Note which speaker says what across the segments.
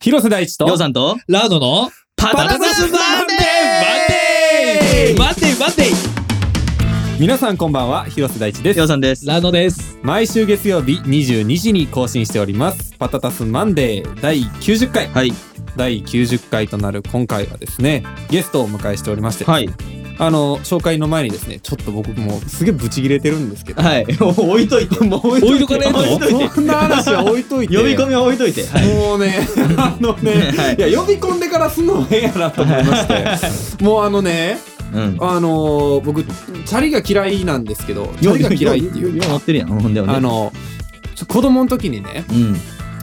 Speaker 1: 広瀬大地と、
Speaker 2: ようさんと、
Speaker 1: ラードの、
Speaker 2: パタタスマン
Speaker 1: デ
Speaker 2: デ
Speaker 1: ー
Speaker 2: ー待て待て
Speaker 1: 皆さんこんばんは、広瀬大地です
Speaker 2: よう。さんです。
Speaker 3: ラノです。
Speaker 1: 毎週月曜日22時に更新しております。パタタスマンデー第90回。
Speaker 2: はい。
Speaker 1: 第90回となる今回はですね、ゲストをお迎えしておりまして、
Speaker 2: はい。
Speaker 1: あの、紹介の前にですね、ちょっと僕もうすげえブチ切れてるんですけど、
Speaker 2: はい。置いといて。もう置
Speaker 3: いとい
Speaker 2: 置
Speaker 3: て
Speaker 2: いといて。
Speaker 1: そんな話は置いといて。
Speaker 2: 呼び込みは置いといて。はい。
Speaker 1: もうね、あのね、いや、呼び込んでからすんのもええやなと思いまして、もうあのね、
Speaker 2: うん。
Speaker 1: あのー僕、チャリが嫌いなんですけど、チャリが嫌いっていう
Speaker 2: よう持
Speaker 1: か
Speaker 2: っ、てるやん。ほんでもね。
Speaker 1: あ、の、ちょ子供の時にね、
Speaker 2: うん。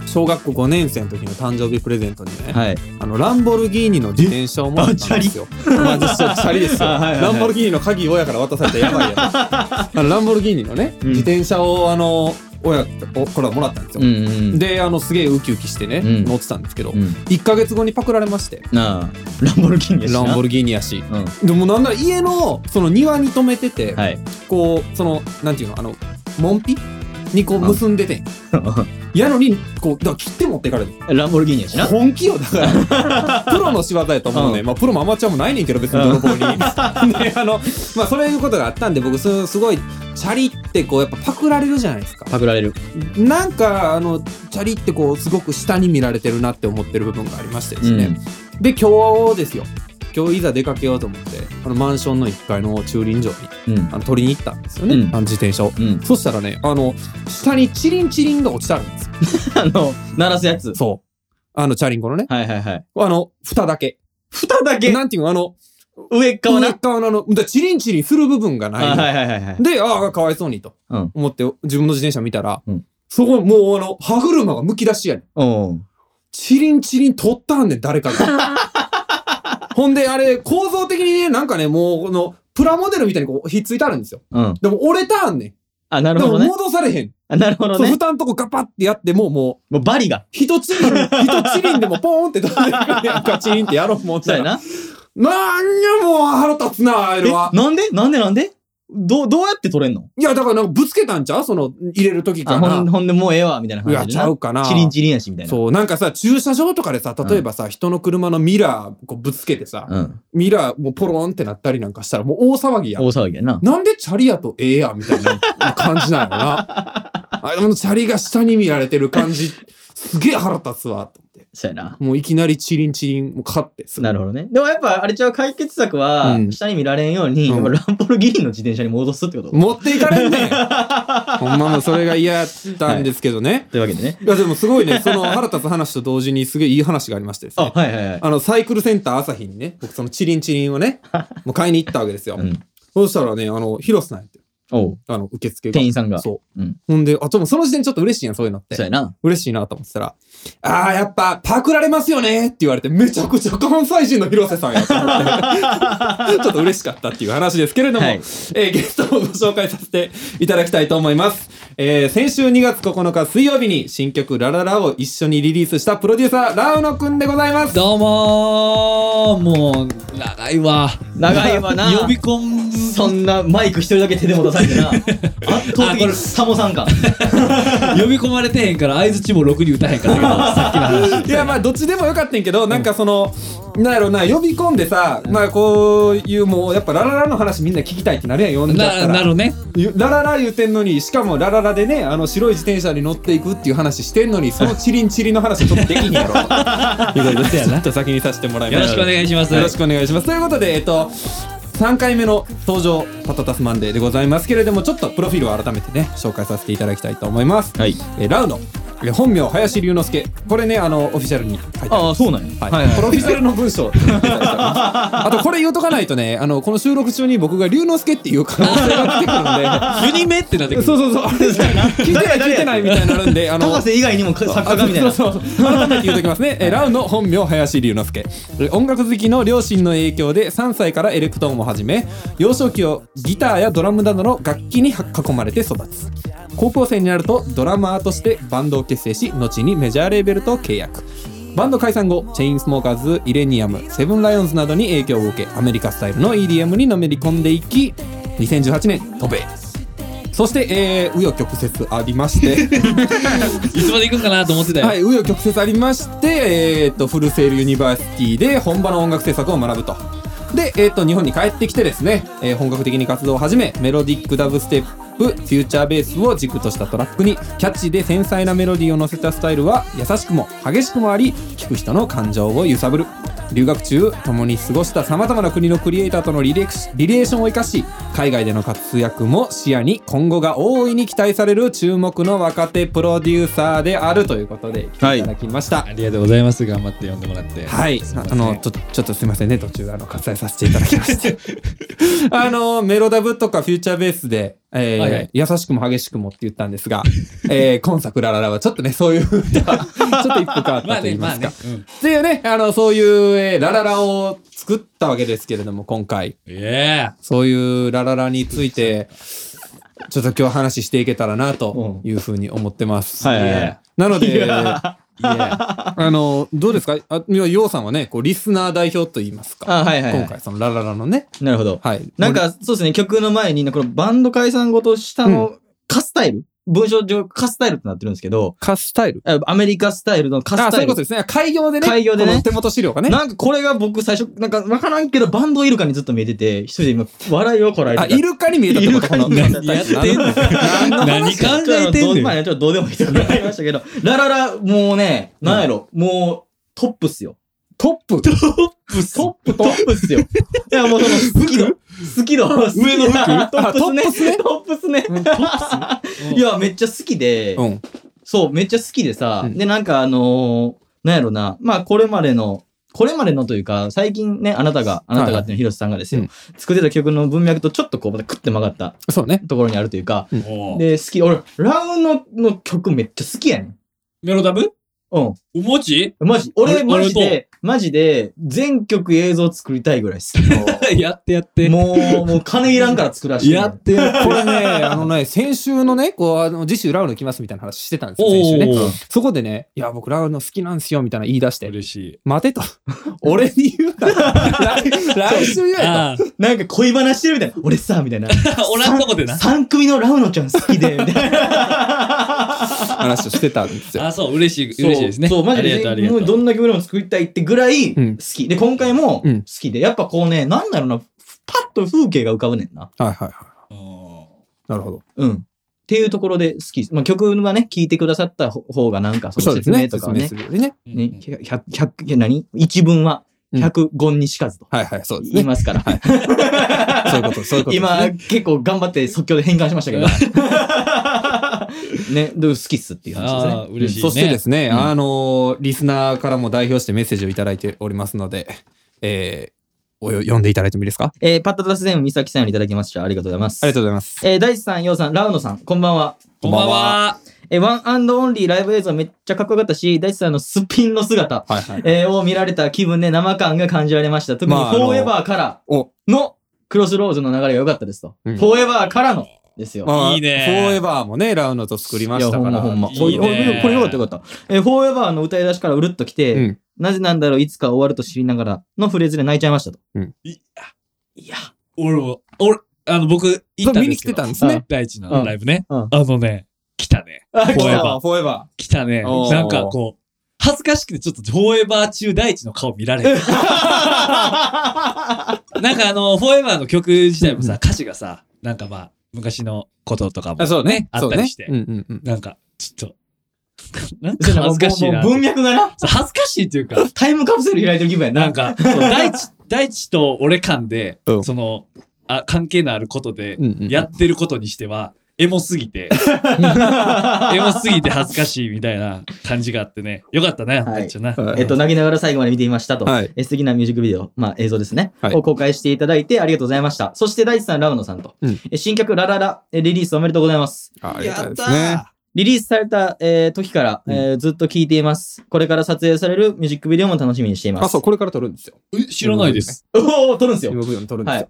Speaker 1: 小学校5年生の時の誕生日プレゼントにね、
Speaker 2: はい。
Speaker 1: あの、ランボルギーニの自転車をもらったんですよ。まあ、実際チャリですよ。
Speaker 2: あはいはいはい
Speaker 1: ランボルギーニの鍵親から渡されたらやばいやつあのランボルギーニのね、
Speaker 2: うん
Speaker 1: 自転車を、あの、親からもらったんですよ。
Speaker 2: うんうん。、
Speaker 1: で、あの、すげえウキウキしてね、
Speaker 2: うん
Speaker 1: 乗ってたんですけど、
Speaker 2: うん。
Speaker 1: 1ヶ月後にパクられまして、
Speaker 2: なあ、ランボルギーニやし
Speaker 1: ラ
Speaker 2: な。
Speaker 1: ンボ
Speaker 2: ル
Speaker 1: ルギーニやし。
Speaker 2: うん。
Speaker 1: でもなんなら家の、その庭に止めてて、
Speaker 2: はい。
Speaker 1: こう、その、なんていうの、あの、門ピにこう結んでてん。やのに、こう、だから切って持ってかれる。
Speaker 2: ランボルギーニやしな。
Speaker 1: 本気よ、だ から。プロの仕業やと思うね。
Speaker 2: うん
Speaker 1: まあ、プロもアマチュアもないね んけど、別に泥棒に。で、あの、まあ、そういうことがあったんで、僕、すすごい、チャリってこう、やっぱパクられるじゃないですか。
Speaker 2: パクられる。
Speaker 1: なんか、あの、チャリってこう、すごく下に見られてるなって思ってる部分がありましてですね。で、今日ですよ。今日いざ出かけようと思って、あの、マンションの1階の駐輪場に、
Speaker 2: うん
Speaker 1: あ。の、取りに行ったんですよね。
Speaker 2: うん
Speaker 1: あの、自転車を。
Speaker 2: うん。
Speaker 1: そしたらね、あの、下にチリンチリンが落ちたんですよ。
Speaker 2: あの、鳴らすやつ。
Speaker 1: そう。あの、チャリンコのね。
Speaker 2: はいはいはい。
Speaker 1: あの、蓋だけ。
Speaker 2: 蓋だけ
Speaker 1: なんていうのあの、
Speaker 2: 上っ側
Speaker 1: 上
Speaker 2: な。
Speaker 1: っ側のあの、だからチリンチリンする部分がない
Speaker 2: あ
Speaker 1: の。
Speaker 2: はいはいはいはい。
Speaker 1: で、ああ、かわいそうにと
Speaker 2: うん。
Speaker 1: 思って、自分の自転車見たら、
Speaker 2: うん
Speaker 1: そこ、もうあの、歯車がむき出しやねん。
Speaker 2: おう
Speaker 1: チリンチリン取ったんねん、誰かが。 ほんで、あれ、構造的にね、なんかね、もう、この、プラモデルみたいにこう、ひっついてあるんですよ。
Speaker 2: うん。
Speaker 1: でも折れたんねん。
Speaker 2: あ、なる
Speaker 1: で
Speaker 2: ほ
Speaker 1: も
Speaker 2: どね。
Speaker 1: 戻されへん。
Speaker 2: あ、なるほど
Speaker 1: そう
Speaker 2: ね。
Speaker 1: 蓋のとこガパってやっても、もう、
Speaker 2: もうバリが。
Speaker 1: 一チリン、一チリンでもポーンって飛んでくるやんか、チリンってやろう思っ
Speaker 2: そ
Speaker 1: た
Speaker 2: うや
Speaker 1: ら。
Speaker 2: な。
Speaker 1: なんやもう腹立つな、あ
Speaker 2: え、
Speaker 1: れは。
Speaker 2: なんでなんでなんでどう、どうやって取れんの
Speaker 1: いや、だからなんかぶつけたんちゃうその、入れる時か
Speaker 2: あ、ほん、
Speaker 1: ら。
Speaker 2: ほんでもうええわ、みたいない
Speaker 1: や、
Speaker 2: 感じ
Speaker 1: ち
Speaker 2: で
Speaker 1: ゃ
Speaker 2: な
Speaker 1: う。かな。
Speaker 2: チリンチリンやし、みたいな。う。
Speaker 1: そう、なんかさ、駐車場とかでさ、例えばさ、人の車のミラーこうぶつけてさ、
Speaker 2: うん。
Speaker 1: ミラーもうポロンってなったりなんかしたら、もう大騒ぎやん
Speaker 2: 大。騒ぎやな。
Speaker 1: なんでチャリやとええやみたいな感じなのな。 あのチャリが下に見られてる感じ、すげえ腹立つわ、と思って。
Speaker 2: そうやな。
Speaker 1: もういきなりチリンチリン、もう勝ってすぐ
Speaker 2: なるほどね。でもやっぱ、あれちゃう解決策は
Speaker 1: う、ん
Speaker 2: 下に見られんように、
Speaker 1: う
Speaker 2: やっ
Speaker 1: ん
Speaker 2: ぱランボルギーニの自転車に戻すってこと。
Speaker 1: 持っていかれん ねんほんまもうそれが嫌やったんですけどね、
Speaker 2: というわけでね。
Speaker 1: い、やでもすごいねその腹立つ話と同時にすげえいい話がありましてです
Speaker 2: あ、
Speaker 1: ね
Speaker 2: はいはいはい。
Speaker 1: あのサイクルセンター朝日にね僕そのチリンチリンを ねもう買いに行ったわけですよ、
Speaker 2: うん。
Speaker 1: そうしたらねあの広瀬さんやって
Speaker 2: おう。
Speaker 1: あの受付が
Speaker 2: 店員さんが。
Speaker 1: そう、
Speaker 2: うん
Speaker 1: ほんであともうその時点ちょっと嬉しいやんそういうのって
Speaker 2: そうやな。
Speaker 1: 嬉しいなと思ってたら、あーやっぱパクられますよねって言われて、めちゃくちゃ関西人の広瀬さんやと思って、ちょっと嬉しかったっていう話ですけれども、
Speaker 2: はい
Speaker 1: えーゲストをご紹介させていただきたいと思います。えー先週2月9日水曜日に新曲ラララを一緒にリリースしたプロデューサー、ラウノくんでございます。
Speaker 3: どうもー、もう、長いわ。
Speaker 2: 長いわな。
Speaker 3: 呼び込む。
Speaker 2: そんなマイク一人だけ手でも出され てな。圧倒的にサモさんか。
Speaker 3: 呼び込まれてへんから、相づちもろくに打たへんから、さっきの話。
Speaker 1: いやまあどっちでもよかったんやけどなんかその、なんやろな呼び込んでさ、まあこういうもうやっぱラララの話みんな聞きたいってなるやん呼んじゃった
Speaker 3: な、
Speaker 1: ら
Speaker 3: なるね。
Speaker 1: ゆラララ言ってんのにしかもラララでねあの白い自転車に乗っていくっていう話してん のにそのチリンチリの話ちょっとできん やろ
Speaker 3: そうやな
Speaker 1: ちょっと先にさせてもらい
Speaker 3: よ
Speaker 1: ま
Speaker 3: ろ
Speaker 1: す
Speaker 3: しくお願いします。
Speaker 1: よろしくお願いしますということでえっと3回目の登場「パタタスマンデー」でございますけれどもちょっとプロフィールを改めてね紹介させていただきたいと思います、
Speaker 2: はい。
Speaker 1: えーラウのえー本名林龍之介これねあのオフィシャルに書いてあります
Speaker 2: ああ、そうなんや。
Speaker 1: はいプロフィシャルの文章あとこれ言うとかないとねあのこの収録中に僕が龍之介っていう可能性が出てくるんで
Speaker 3: ユ ニメってなってくる。
Speaker 1: そうそうそう、あれですね。聞いてない、聞いてないみたいになるんで、あの。
Speaker 2: 高瀬以外にも作家がみたいな。
Speaker 1: そうそうそう改めて言うときますね、えーラウの本名林龍之介えー音楽好きの両親の影響で3歳からエレクトーンを始め幼少期をギターやドラムなどの楽器に囲まれて育つ高校生になるとドラマーとしてバンドを結成し後にメジャーレーベルと契約バンド解散後チェインスモーカーズイレニアムセブンライオンズなどに影響を受けアメリカスタイルの EDM にのめり込んでいき2018年渡米そして、えー、紆余曲折ありまして、
Speaker 3: いつまで行くんかなと思ってたよ、
Speaker 1: はい、紆余曲折ありまして、えー、とフルセールユニバーシティで本場の音楽制作を学ぶと。で、えー、と日本に帰ってきてですね、えー本格的に活動を始めメロディックダブステップフューチャーベースを軸としたトラックにキャッチーで繊細なメロディーを乗せたスタイルは優しくも激しくもあり聴く人の感情を揺さぶる留学中共に過ごした様々な国のクリエイターとのリレクシリレーションを生かし海外での活躍も視野に今後が大いに期待される注目の若手プロデューサーであるということで来ていただきました、
Speaker 3: ありがとうございます頑張って呼んでもらって
Speaker 1: はい、
Speaker 3: す
Speaker 1: あ
Speaker 3: ません
Speaker 1: あのちょちょっとすいませんね途中あの割愛させていただきま してあのメロダブとかフューチャーベースで、えー
Speaker 3: はいはい
Speaker 1: 優しくも激しくもって言ったんですが、えー、今作ラララはちょっとねそういうちょっと一歩変わった
Speaker 3: まあ
Speaker 1: と言
Speaker 3: ね
Speaker 1: いま
Speaker 3: ますあ
Speaker 1: か。
Speaker 3: ね、うん
Speaker 1: っていうねあのそういう、えーラララを作ったわけですけれども今回
Speaker 3: え
Speaker 1: そういうラララについてちょっと今日話していけたらなというふうに思ってます。
Speaker 2: はい
Speaker 3: え
Speaker 2: はいはい
Speaker 3: え
Speaker 1: なの
Speaker 2: い
Speaker 1: で
Speaker 2: や
Speaker 3: え
Speaker 1: あの、どうですかあ、いやようさんはね、こう、リスナー代表と言いますか。
Speaker 2: あはいはいはい
Speaker 1: 今回、その、ラララのね。
Speaker 2: なるほど。
Speaker 1: はい。
Speaker 2: なん、か、そうですね、曲の前に、このバンド解散後と下のカスタイル、文章上カスタイルってなってるんですけど、
Speaker 1: カスタイル。
Speaker 2: あアメリカスタイルのカ
Speaker 1: あ、
Speaker 2: ス
Speaker 1: そう
Speaker 2: タ
Speaker 1: い
Speaker 2: イ
Speaker 1: う
Speaker 2: ル
Speaker 1: こと。ですね。開業でね。
Speaker 2: 開業でね
Speaker 1: この手元資料がね。
Speaker 2: なんかこれが僕最初、なんかわからんけどバンドイルカにずっと見えてて、一人で今笑いをこらえて
Speaker 1: あ、
Speaker 2: た。
Speaker 1: イルカに見えたってこと
Speaker 2: イルカに見えた
Speaker 1: この
Speaker 3: やってんの
Speaker 1: 何の
Speaker 3: 何
Speaker 1: 話
Speaker 3: 考えてんねん
Speaker 2: まあちょっとどうでもいいところになりましたけど、ラララ、もうね、なんやろ、もうトップっすよ。
Speaker 1: トップト
Speaker 2: トップ、トップっすよ。いや、もうその、好き度。好き度。上の服トップっすね。トップっすね。いや、めっちゃ好きで、
Speaker 1: うん。
Speaker 2: そう、めっちゃ好きでさ、
Speaker 1: うん
Speaker 2: で、なんかあのーなんやろな、まあこれまでの、これまでのというか、最近ね、あなたが、あなたがっていうのは広瀬さんがですよ、
Speaker 1: うん
Speaker 2: 作ってた曲の文脈とちょっとこう、またクッて曲がった
Speaker 1: そうね。
Speaker 2: ところにあるというか、
Speaker 3: えおう
Speaker 2: で、好き、俺、ラウンのの曲めっちゃ好きやねん。
Speaker 3: メロダブ
Speaker 2: うん。
Speaker 3: お餅
Speaker 2: マジ、俺、
Speaker 3: 俺
Speaker 2: マジ
Speaker 3: 俺
Speaker 2: で、マジで、全曲映像作りたいぐらい好
Speaker 3: やってやっ
Speaker 2: き。
Speaker 3: て
Speaker 2: もう、もう金いらんから作らして。
Speaker 3: やってやって
Speaker 1: これね、あのね、先週のね、こう、あの、次週ラウンド来ますみたいな話してたんですよ、先週ね。
Speaker 3: おう
Speaker 1: そこでね、いや、僕ラウンド好きなんすよ、みたいな言い出して。
Speaker 3: 嬉しい
Speaker 1: 待てと。 俺に言うから。来来週言えと。
Speaker 3: あ
Speaker 2: なんか恋話してるみたいな。俺さ、みたいな。
Speaker 3: あおらんとこでな
Speaker 2: 3組のラウノちゃん好 きで、みたいな。
Speaker 1: 話をしてたんですよ。
Speaker 3: あそう嬉しい嬉しいですね
Speaker 2: そう、そうマジ
Speaker 3: ありが
Speaker 2: で
Speaker 3: とうありが
Speaker 2: もうど
Speaker 3: とうん
Speaker 2: な曲でも作りたいってぐらい
Speaker 1: うん
Speaker 2: 好き。で、今回も
Speaker 1: うん
Speaker 2: 好きで、やっぱこうね、なんだろうな、パッと風景が浮かぶねんな。
Speaker 1: はいはいはい。
Speaker 3: うん
Speaker 1: なるほど。
Speaker 2: うん。っていうところで好きです。まあ、曲はね、聴いてくださった方がなんか、その説明とかをね、
Speaker 1: 説明するよりね。
Speaker 2: ね、100、100いや何一文は
Speaker 1: うん
Speaker 2: 100言にしかずと
Speaker 1: はいはい、そうです
Speaker 2: 言い
Speaker 1: ね。
Speaker 2: ますから。
Speaker 1: そういうこと、そういうことですね。
Speaker 2: 今、結構頑張って即興で変換しましたけど。 ね、どう好きっすっていう話です
Speaker 3: あ
Speaker 2: ね
Speaker 3: ー。嬉しい
Speaker 1: そしてですね、
Speaker 2: うん
Speaker 1: あのーリスナーからも代表してメッセージをいただいておりますので、えー、およ読んでいただいてもいいですか
Speaker 2: えーパッドダスデンミサキさんよりいただきました。ありがとうございます。
Speaker 1: ありがとうございます。
Speaker 2: えー大地さん、ようさん、ラウノさん、こんばんは。
Speaker 3: こんばんは
Speaker 2: えーワンアンドオンリーライブ映像めっちゃかっこよかったし、大地さんのすっぴんの姿、
Speaker 1: はいはい。
Speaker 2: えーを見られた気分で生感が感じられました。特にフ
Speaker 1: まああの
Speaker 2: ォーエバーから
Speaker 1: お、
Speaker 2: のクロスローズの流れが良かったですと。
Speaker 1: うん
Speaker 2: フォーエバーからのですよ。
Speaker 1: まあ
Speaker 3: いいね
Speaker 1: フォーエバーもね、ラウンドと作りま
Speaker 2: い
Speaker 1: し
Speaker 2: や、
Speaker 1: た
Speaker 2: ほ
Speaker 1: か
Speaker 2: んま
Speaker 1: ら。
Speaker 2: ほんま。
Speaker 3: い
Speaker 2: これ
Speaker 3: いね
Speaker 2: これよかったよかった。えーフォーエバーの歌い出しからうるっときて、
Speaker 1: うん。
Speaker 2: なぜなんだろう、いつか終わると知りながらのフレーズで泣いちゃいましたと。
Speaker 1: うん
Speaker 2: いや、
Speaker 3: 俺も俺あの僕行ったんですけど
Speaker 1: 見に来てたんですね
Speaker 3: 第一のライブね
Speaker 2: うんうん
Speaker 3: あのね来たね
Speaker 2: あ
Speaker 3: フ ォーエバー
Speaker 1: フォーエバ
Speaker 3: 来たね。
Speaker 1: おー
Speaker 3: なんかこう、恥ずかしくてちょっとフォーエバー中第一の顔見られ る。なんかあの、フォーエバーの曲自体もさ、歌詞がさ、なんかまあ、昔のこととかも
Speaker 1: あ、、そうね。
Speaker 3: あ
Speaker 1: そ
Speaker 3: っ
Speaker 1: う
Speaker 3: た
Speaker 1: ね
Speaker 3: りして
Speaker 1: うんうんうん。
Speaker 3: なんか、ちょっと、 なんか
Speaker 2: そう
Speaker 3: 恥ずかしいな。
Speaker 2: もうもう文脈がな、
Speaker 3: そう恥ずかしいというか、
Speaker 2: タイムカプセル開いてる気分やな。
Speaker 3: なんか、そう大地、大地と俺間で、
Speaker 1: うん
Speaker 3: その、あ、関係のあることで
Speaker 1: う、んうん
Speaker 3: やってることにしては、エモすぎて、 エモすぎて恥ずかしいみたいな感じがあってね。よかったね、
Speaker 2: はい
Speaker 3: めっちゃな。
Speaker 1: はい
Speaker 2: えっと、泣きながら最後まで見ていましたと。
Speaker 1: はい
Speaker 2: え素敵なミュージックビデオ、まあ映像ですね、
Speaker 1: はい
Speaker 2: を公開していただいてありがとうございました。そして大地さん、ラウノさんと。
Speaker 1: うん
Speaker 2: え新曲、ラララ、えリリースおめでとうございます。
Speaker 1: ありがた
Speaker 3: や
Speaker 1: い
Speaker 3: っ
Speaker 1: で
Speaker 3: た
Speaker 1: すね。
Speaker 3: ー
Speaker 2: リリースされた、えー時から、えーずっと聴いています。これから撮影されるミュージックビデオも楽しみにしています。
Speaker 1: あ、そう、これから撮るんですよ。
Speaker 3: え知らないです。
Speaker 2: おお撮るんですよ。
Speaker 1: 今から撮るんです
Speaker 2: は
Speaker 1: よ
Speaker 2: い。。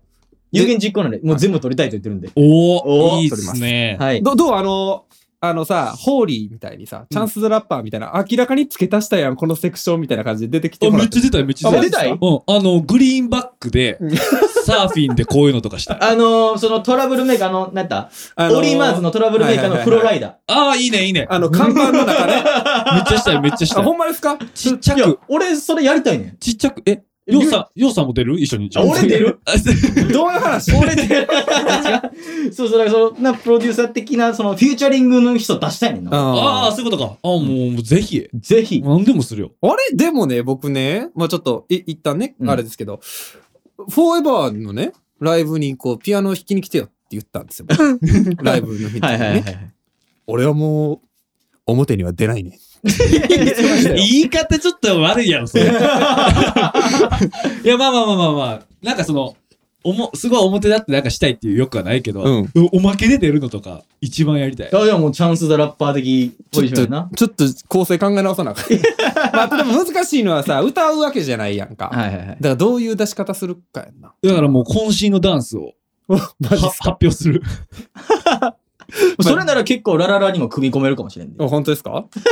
Speaker 2: 有言実行なんで、もう全部撮りたいと言ってるんで。
Speaker 3: お
Speaker 2: お
Speaker 3: お
Speaker 2: ー
Speaker 3: いいっすね。
Speaker 2: はい。
Speaker 1: どどうあの、あのさ、ホーリーみたいにさ、チャンスザラッパーみたいな、明らかに付け足したやん、このセクションみたいな感じで出てきて
Speaker 3: あ、
Speaker 1: もら
Speaker 3: め
Speaker 1: っ
Speaker 3: ってちゃ出たよ、めっちゃ出たよ。
Speaker 2: あ
Speaker 3: うん、あの、グリーンバックで
Speaker 1: う、
Speaker 3: サーフィンでこういうのとかしたい。
Speaker 2: あのー、そのトラブルメーカーあの、なんだ
Speaker 1: あ の
Speaker 2: オリーマーズのトラブルメーカーのフロライダ
Speaker 3: ああ、いいね、いいね。
Speaker 1: あの、看板の中ね。
Speaker 3: めっちゃしたい、めっちゃし
Speaker 1: あ、
Speaker 3: たい
Speaker 1: ほ。んまですか
Speaker 3: ちっちゃ
Speaker 2: ー。いや
Speaker 3: く、、
Speaker 2: 俺、それやりたいねん。
Speaker 3: ちっちゃく、え、ようさん、ようさんも出る一緒に。じゃあ
Speaker 2: 俺出る
Speaker 1: どういう話
Speaker 2: 俺で、 そうそう、だからその、な、プロデューサー的な、その、フューチャリングの人出したいねんな。
Speaker 3: ああ、
Speaker 1: あ
Speaker 3: そういうことか。ああ、もう、ぜひ。
Speaker 2: ぜひ。
Speaker 3: 何でもするよ。
Speaker 1: あれでもね、僕ね、まあちょっと、い、一旦ね
Speaker 2: う、ん
Speaker 1: あれですけど、フォーエバーのね、ライブにこう、ピアノ弾きに来てよって言ったんですよ。ライブの日に
Speaker 2: はいはいはい
Speaker 1: ね。
Speaker 2: はい。
Speaker 1: 俺はもう、表には出ないね。
Speaker 3: 言い方ちょっと悪いやろ、それ。いや、まあまあまあまあまあ、なんかその、おも、すごい表立ってなんかしたいっていうよくはないけど、
Speaker 1: うん
Speaker 3: おまけで出るのとか、一番やりたい。
Speaker 2: あ、でももうチャンスザラッパー的ポジションやな。
Speaker 1: ちょっと構成考え直さなあかんまあでも難しいのはさ、歌うわけじゃないやんか。だか
Speaker 2: はいはいはい。
Speaker 1: らどういう出し方するかやんな。
Speaker 3: だからもう渾身のダンスをは
Speaker 1: マジっ
Speaker 3: 発
Speaker 1: す
Speaker 3: 表する。
Speaker 2: それなら結構ラララにも組み込めるかもしれんで。
Speaker 1: あ本当ですか ちょ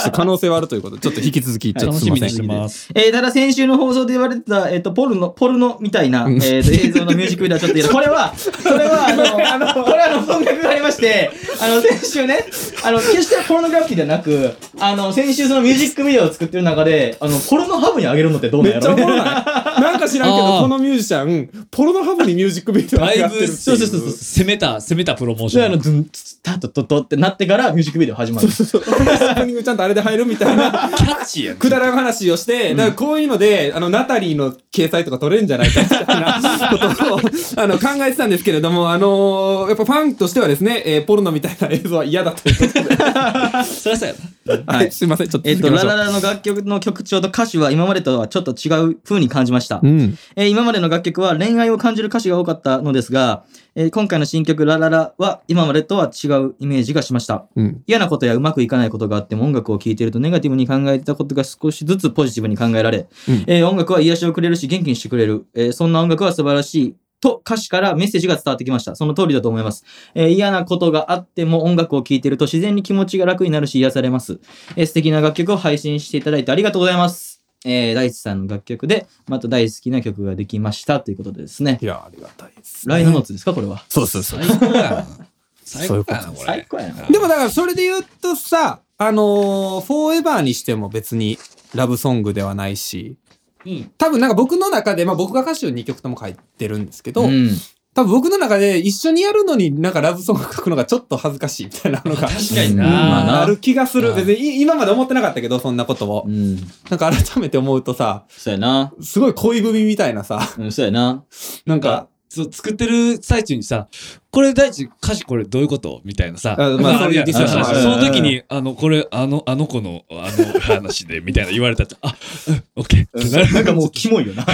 Speaker 1: っと可能性はあるということで、ちょっと引き続き、ちょっと
Speaker 3: 楽
Speaker 1: す
Speaker 3: し
Speaker 1: いま
Speaker 3: み
Speaker 1: せ
Speaker 3: に
Speaker 1: ん。
Speaker 3: してます。
Speaker 2: えー、ただ先週の放送で言われてた、えっ、と、ポルノ、ポルノみたいな、
Speaker 1: うん
Speaker 2: えっ、と、映像のミュージックビデオはちょっと やだこれは、これは、あの、あ のこれはあの、文脈がありまして、あの、先週ね、あの、決してポルノグラフィティではなく、あの、先週そのミュージックビデオを作ってる中で、あの、ポルノハブに上げるのってどうな
Speaker 1: め
Speaker 2: んや
Speaker 1: っちゃお
Speaker 2: ろう
Speaker 1: も
Speaker 2: ね
Speaker 1: ろない。なんか知らんけ
Speaker 3: あ
Speaker 1: ど、
Speaker 3: ー
Speaker 1: このミュージシャン、ポルノハブにミュージックビデオ
Speaker 3: だ
Speaker 1: や
Speaker 3: い
Speaker 1: ってるってい
Speaker 3: ぶ、
Speaker 1: う。
Speaker 3: そうそうそう、攻めた、攻めたプロモーシ
Speaker 2: で、
Speaker 3: ョ
Speaker 2: あの、
Speaker 3: ン。
Speaker 2: ズン、ツタッとトットってなってからミュージックビデオ始まる。
Speaker 1: そう。オープニングちゃんとあれで入るみたい な、
Speaker 3: キャッチーやん。
Speaker 1: くだらん話をして、だからこういうので、あの、ナタリーの掲載とか取れんじゃないかみたいな ことを、あの、考えてたんですけれども、あのーやっぱファンとしてはですね、えーポルノみたいな映像は嫌だということで。
Speaker 3: そりゃそうやな。
Speaker 1: はい。 すいません、ちょっと
Speaker 2: えっ
Speaker 1: 続け
Speaker 2: と、
Speaker 1: まし
Speaker 2: ラ
Speaker 1: ょう。
Speaker 2: ララの楽曲の曲調と歌詞は今までとはちょっと違う風に感じました。
Speaker 1: うん。
Speaker 2: えー今までの楽曲は恋愛を感じる歌詞が多かったのですが、えー今回の新曲「ラララ」は今までとは違うイメージがしました
Speaker 1: うん。
Speaker 2: 嫌なことやうまくいかないことがあっても音楽を聴いているとネガティブに考えてたことが少しずつポジティブに考えられ、
Speaker 1: うん
Speaker 2: えー音楽は癒しをくれるし元気にしてくれる、えーそんな音楽は素晴らしいと歌詞からメッセージが伝わってきましたその通りだと思います、えー嫌なことがあっても音楽を聴いていると自然に気持ちが楽になるし癒されます、えー素敵な楽曲を配信していただいてありがとうございますえー、大地さんの楽曲で、また大好きな曲ができましたということでですね
Speaker 1: い。や、ありがたいですね、
Speaker 2: ライノノーツですかこれは。
Speaker 1: そうそうそう。
Speaker 3: 最高やな。最
Speaker 1: そういう
Speaker 3: 高
Speaker 1: こ
Speaker 3: や
Speaker 1: と
Speaker 3: な、これ
Speaker 2: 最。高やな。
Speaker 1: でもだからそれで言うとさ、あのーフォーエバーにしても別にラブソングではないし、
Speaker 3: うん。
Speaker 1: 多分なんか僕の中で、まあ僕が歌詞を2曲とも書いてるんですけど、
Speaker 2: うん、
Speaker 1: 多分僕の中で一緒にやるのになんかラブソング書くのがちょっと恥ずかしいみたいなのが。
Speaker 3: 確かに
Speaker 2: うんまあ
Speaker 3: な。
Speaker 1: なる気がする。
Speaker 3: うん
Speaker 1: 別にい今まで思ってなかったけど、そんなことを
Speaker 2: う。ん。
Speaker 1: なんか改めて思うとさ、
Speaker 2: そうやな。
Speaker 1: すごい恋文みたいなさ、
Speaker 2: うん、そうやな。
Speaker 1: なん
Speaker 3: なん
Speaker 1: か
Speaker 3: か、、そう、作ってる最中にさ、これ大地、歌詞これどういうことみたいなさ、
Speaker 1: あまあそういう
Speaker 3: るやん
Speaker 1: ディ
Speaker 2: スカッション
Speaker 3: あ
Speaker 2: もある
Speaker 3: その時に、あの、これ、あの、あの子の、あの話で、みたいな言われたって、あ、うんオッケーってな る。
Speaker 2: なんかもうキモいよな。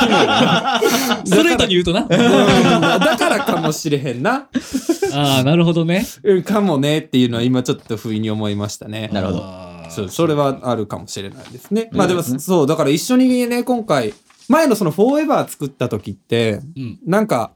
Speaker 3: ストレートに言うとな。
Speaker 1: うんだからかもしれへんな。
Speaker 3: ああ、なるほどね。
Speaker 1: うんかもねっていうのは今ちょっと不意に思いましたね。
Speaker 2: なるほど
Speaker 3: あー
Speaker 1: そうそれはあるかもしれないですね。
Speaker 2: うん
Speaker 1: まあでも、
Speaker 2: うん
Speaker 1: そうだから一緒にね今回前のその「フォーエバー」作った時って
Speaker 3: うん。
Speaker 1: なんか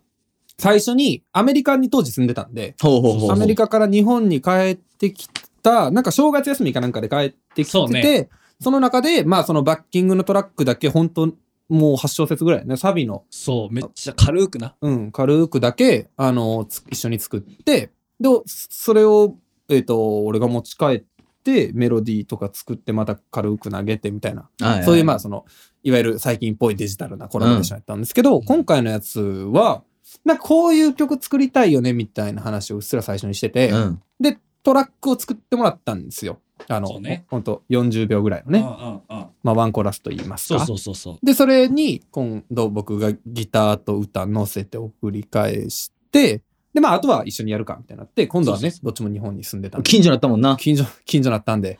Speaker 1: 最初にアメリカに当時住んでたんで
Speaker 2: ほうほう
Speaker 1: アメリカから日本に帰ってきたなんか正月休みかなんかで帰ってき
Speaker 3: そう
Speaker 1: てて、その中でまあそのバッキングのトラックだけ本当もう8小節ぐらいねサビの、
Speaker 3: そう、めっちゃ軽くな。
Speaker 1: うん、軽くだけあのつ一緒に作ってでそれを、えっと俺が持ち帰ってメロディーとか作ってまた軽く投げてみたいな
Speaker 2: はいはい
Speaker 1: そういうまあそのいわゆる最近っぽいデジタルなコラボレーションやったんですけど、
Speaker 3: ん
Speaker 1: 今回のやつはなんかこういう曲作りたいよねみたいな話をうっすら最初にしてて、
Speaker 2: うん。
Speaker 1: でトラックを作ってもらったんですよ。あの
Speaker 3: そうね
Speaker 1: ほんと40秒ぐらいのね、
Speaker 3: うんうんうん。
Speaker 1: まあ、ワンコラスと言います
Speaker 3: そう
Speaker 1: か。
Speaker 3: そうそうそう。
Speaker 1: でそれに今度僕がギターと歌乗せて送り返してでまああとは一緒にやるかみたいになって今度はね
Speaker 3: そう
Speaker 1: どっちも日本に住んでたんで
Speaker 2: 近所だったもんな。
Speaker 1: 近所近所だったんで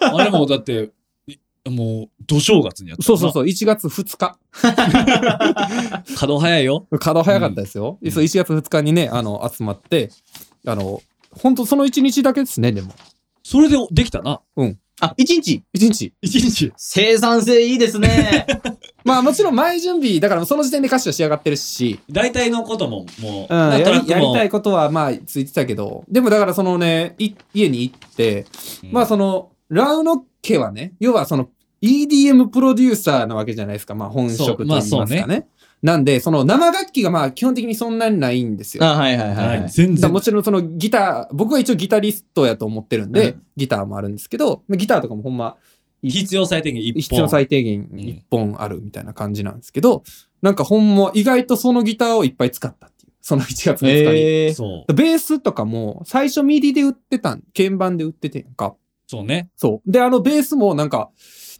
Speaker 3: あれもだって、いもう、土正月にやった。
Speaker 1: そうそうそう1月2日
Speaker 3: う。稼働早いよ。
Speaker 1: 稼働早かったですよ。
Speaker 3: うん
Speaker 1: そう1月2日にね、あの、集まって、あの、本当その1日だけですね、でも。
Speaker 3: それでできたな。
Speaker 2: あ、一日
Speaker 1: 1日。
Speaker 3: 一日。
Speaker 2: 生産性いいで すね。
Speaker 1: まあもちろん前準備、だからその時点で歌詞は仕上がってるし、
Speaker 3: 大体のことも、もう、
Speaker 1: うん、や
Speaker 3: なんとな
Speaker 1: り
Speaker 3: く
Speaker 1: やり
Speaker 3: もう
Speaker 1: たいことはまあついてたけど、でもだからそのね、い家に行って、
Speaker 3: うん
Speaker 1: まあその、ラウノ家はね、要はその EDM プロデューサーなわけじゃないですか、まあ本職と言いますか
Speaker 3: そうまあ
Speaker 1: ね。なんで、その生楽器がまあ基本的にそんなにないんですよ。
Speaker 2: あ、はいはいはいは
Speaker 3: はいい。。全
Speaker 1: だから
Speaker 3: 然。
Speaker 1: もちろんそのギター、僕は一応ギタリストやと思ってるんで、
Speaker 2: う
Speaker 1: ギターもあるんですけど、まあギターとかもほんま
Speaker 3: 必要最低限一本。
Speaker 1: 必要最低限
Speaker 3: ん
Speaker 1: 1本あるみたいな感じなんですけど、なんかほんま意外とそのギターをいっぱい使ったっていう。その1月の2日に。
Speaker 2: えー、
Speaker 3: そう。
Speaker 1: ベースとかも最初ミディで売ってたん、鍵盤で売っててんか。
Speaker 3: そうね。
Speaker 1: そう。で、あのベースもなんか、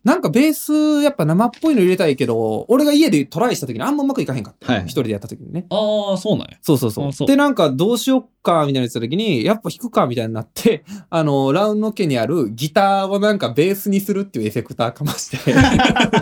Speaker 1: なんかベースやっぱ生っぽいの入れたいけど、俺が家でトライした時にあんまうまくいかへんかった。
Speaker 2: はい
Speaker 1: 一。人でやった時にね。
Speaker 3: ああ、そうなんや。
Speaker 1: そうそうそ
Speaker 3: あ
Speaker 1: う。
Speaker 3: そう
Speaker 1: で、なんかどうしよっか、みたいなやつた時に、やっぱ弾くか、みたいになって、 あの、ラウンの家にあるギターをなんかベースにするっていうエフェクターかまして。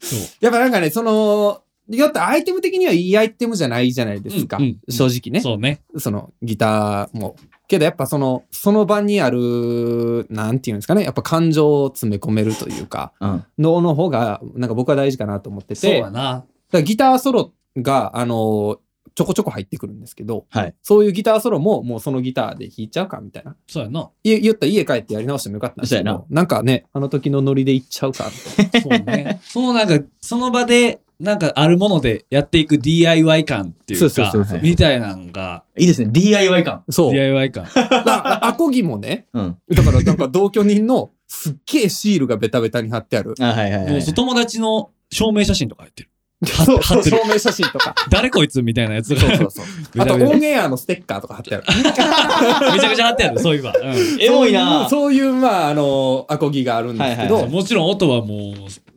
Speaker 3: そう。
Speaker 1: やっぱなんかね、その、やっぱアイテム的にはいいアイテムじゃないじゃないですか。
Speaker 3: うんうん
Speaker 1: 正直ね。
Speaker 3: そうね。
Speaker 1: そのギターも。けどやっぱその、その場にある、なんていうんですかね、やっぱ感情を詰め込めるというか、
Speaker 2: うん。
Speaker 1: のの方が、なんか僕は大事かなと思って
Speaker 3: そう
Speaker 1: て、
Speaker 3: や
Speaker 1: だか
Speaker 3: な。
Speaker 1: らギターソロが、あの、ちょこちょこ入ってくるんですけど、
Speaker 2: はい
Speaker 1: そういうギターソロももうそのギターで弾いちゃうかみたいな。
Speaker 3: そうやな。
Speaker 1: い言ったら家帰ってやり直してもよかったんですけ
Speaker 2: そうや
Speaker 1: ど、なんかね、あの時のノリで行っちゃうかみたい
Speaker 3: そうね。 そのなんか、その場で、なんかあるものでやっていく DIY 感っていう
Speaker 1: そう
Speaker 3: か、
Speaker 1: そうそう
Speaker 2: そう
Speaker 3: みたいなんが、
Speaker 2: いいですね。DIY 感。
Speaker 1: な。そう。
Speaker 3: DIY 感。
Speaker 1: だからアコギもね、
Speaker 2: うん。
Speaker 1: だからなんか同居人のすっげえシールがベタベタに貼ってある。
Speaker 2: あ、はいはいは
Speaker 3: もう
Speaker 2: い
Speaker 3: そう。友達の証明写真とか入ってる。
Speaker 1: そう
Speaker 3: 貼ってる
Speaker 1: 証明写真とか。
Speaker 3: 誰こいつみたいなやつが
Speaker 1: そうそうそう。あとオンエアのステッカーとか貼ってある。
Speaker 3: めちゃくちゃ貼ってある、そういえば。うん
Speaker 2: エモいな
Speaker 1: そういう、そういうまあ、あの、アコギがあるんですけど。
Speaker 2: はい
Speaker 3: もちろん音はもう、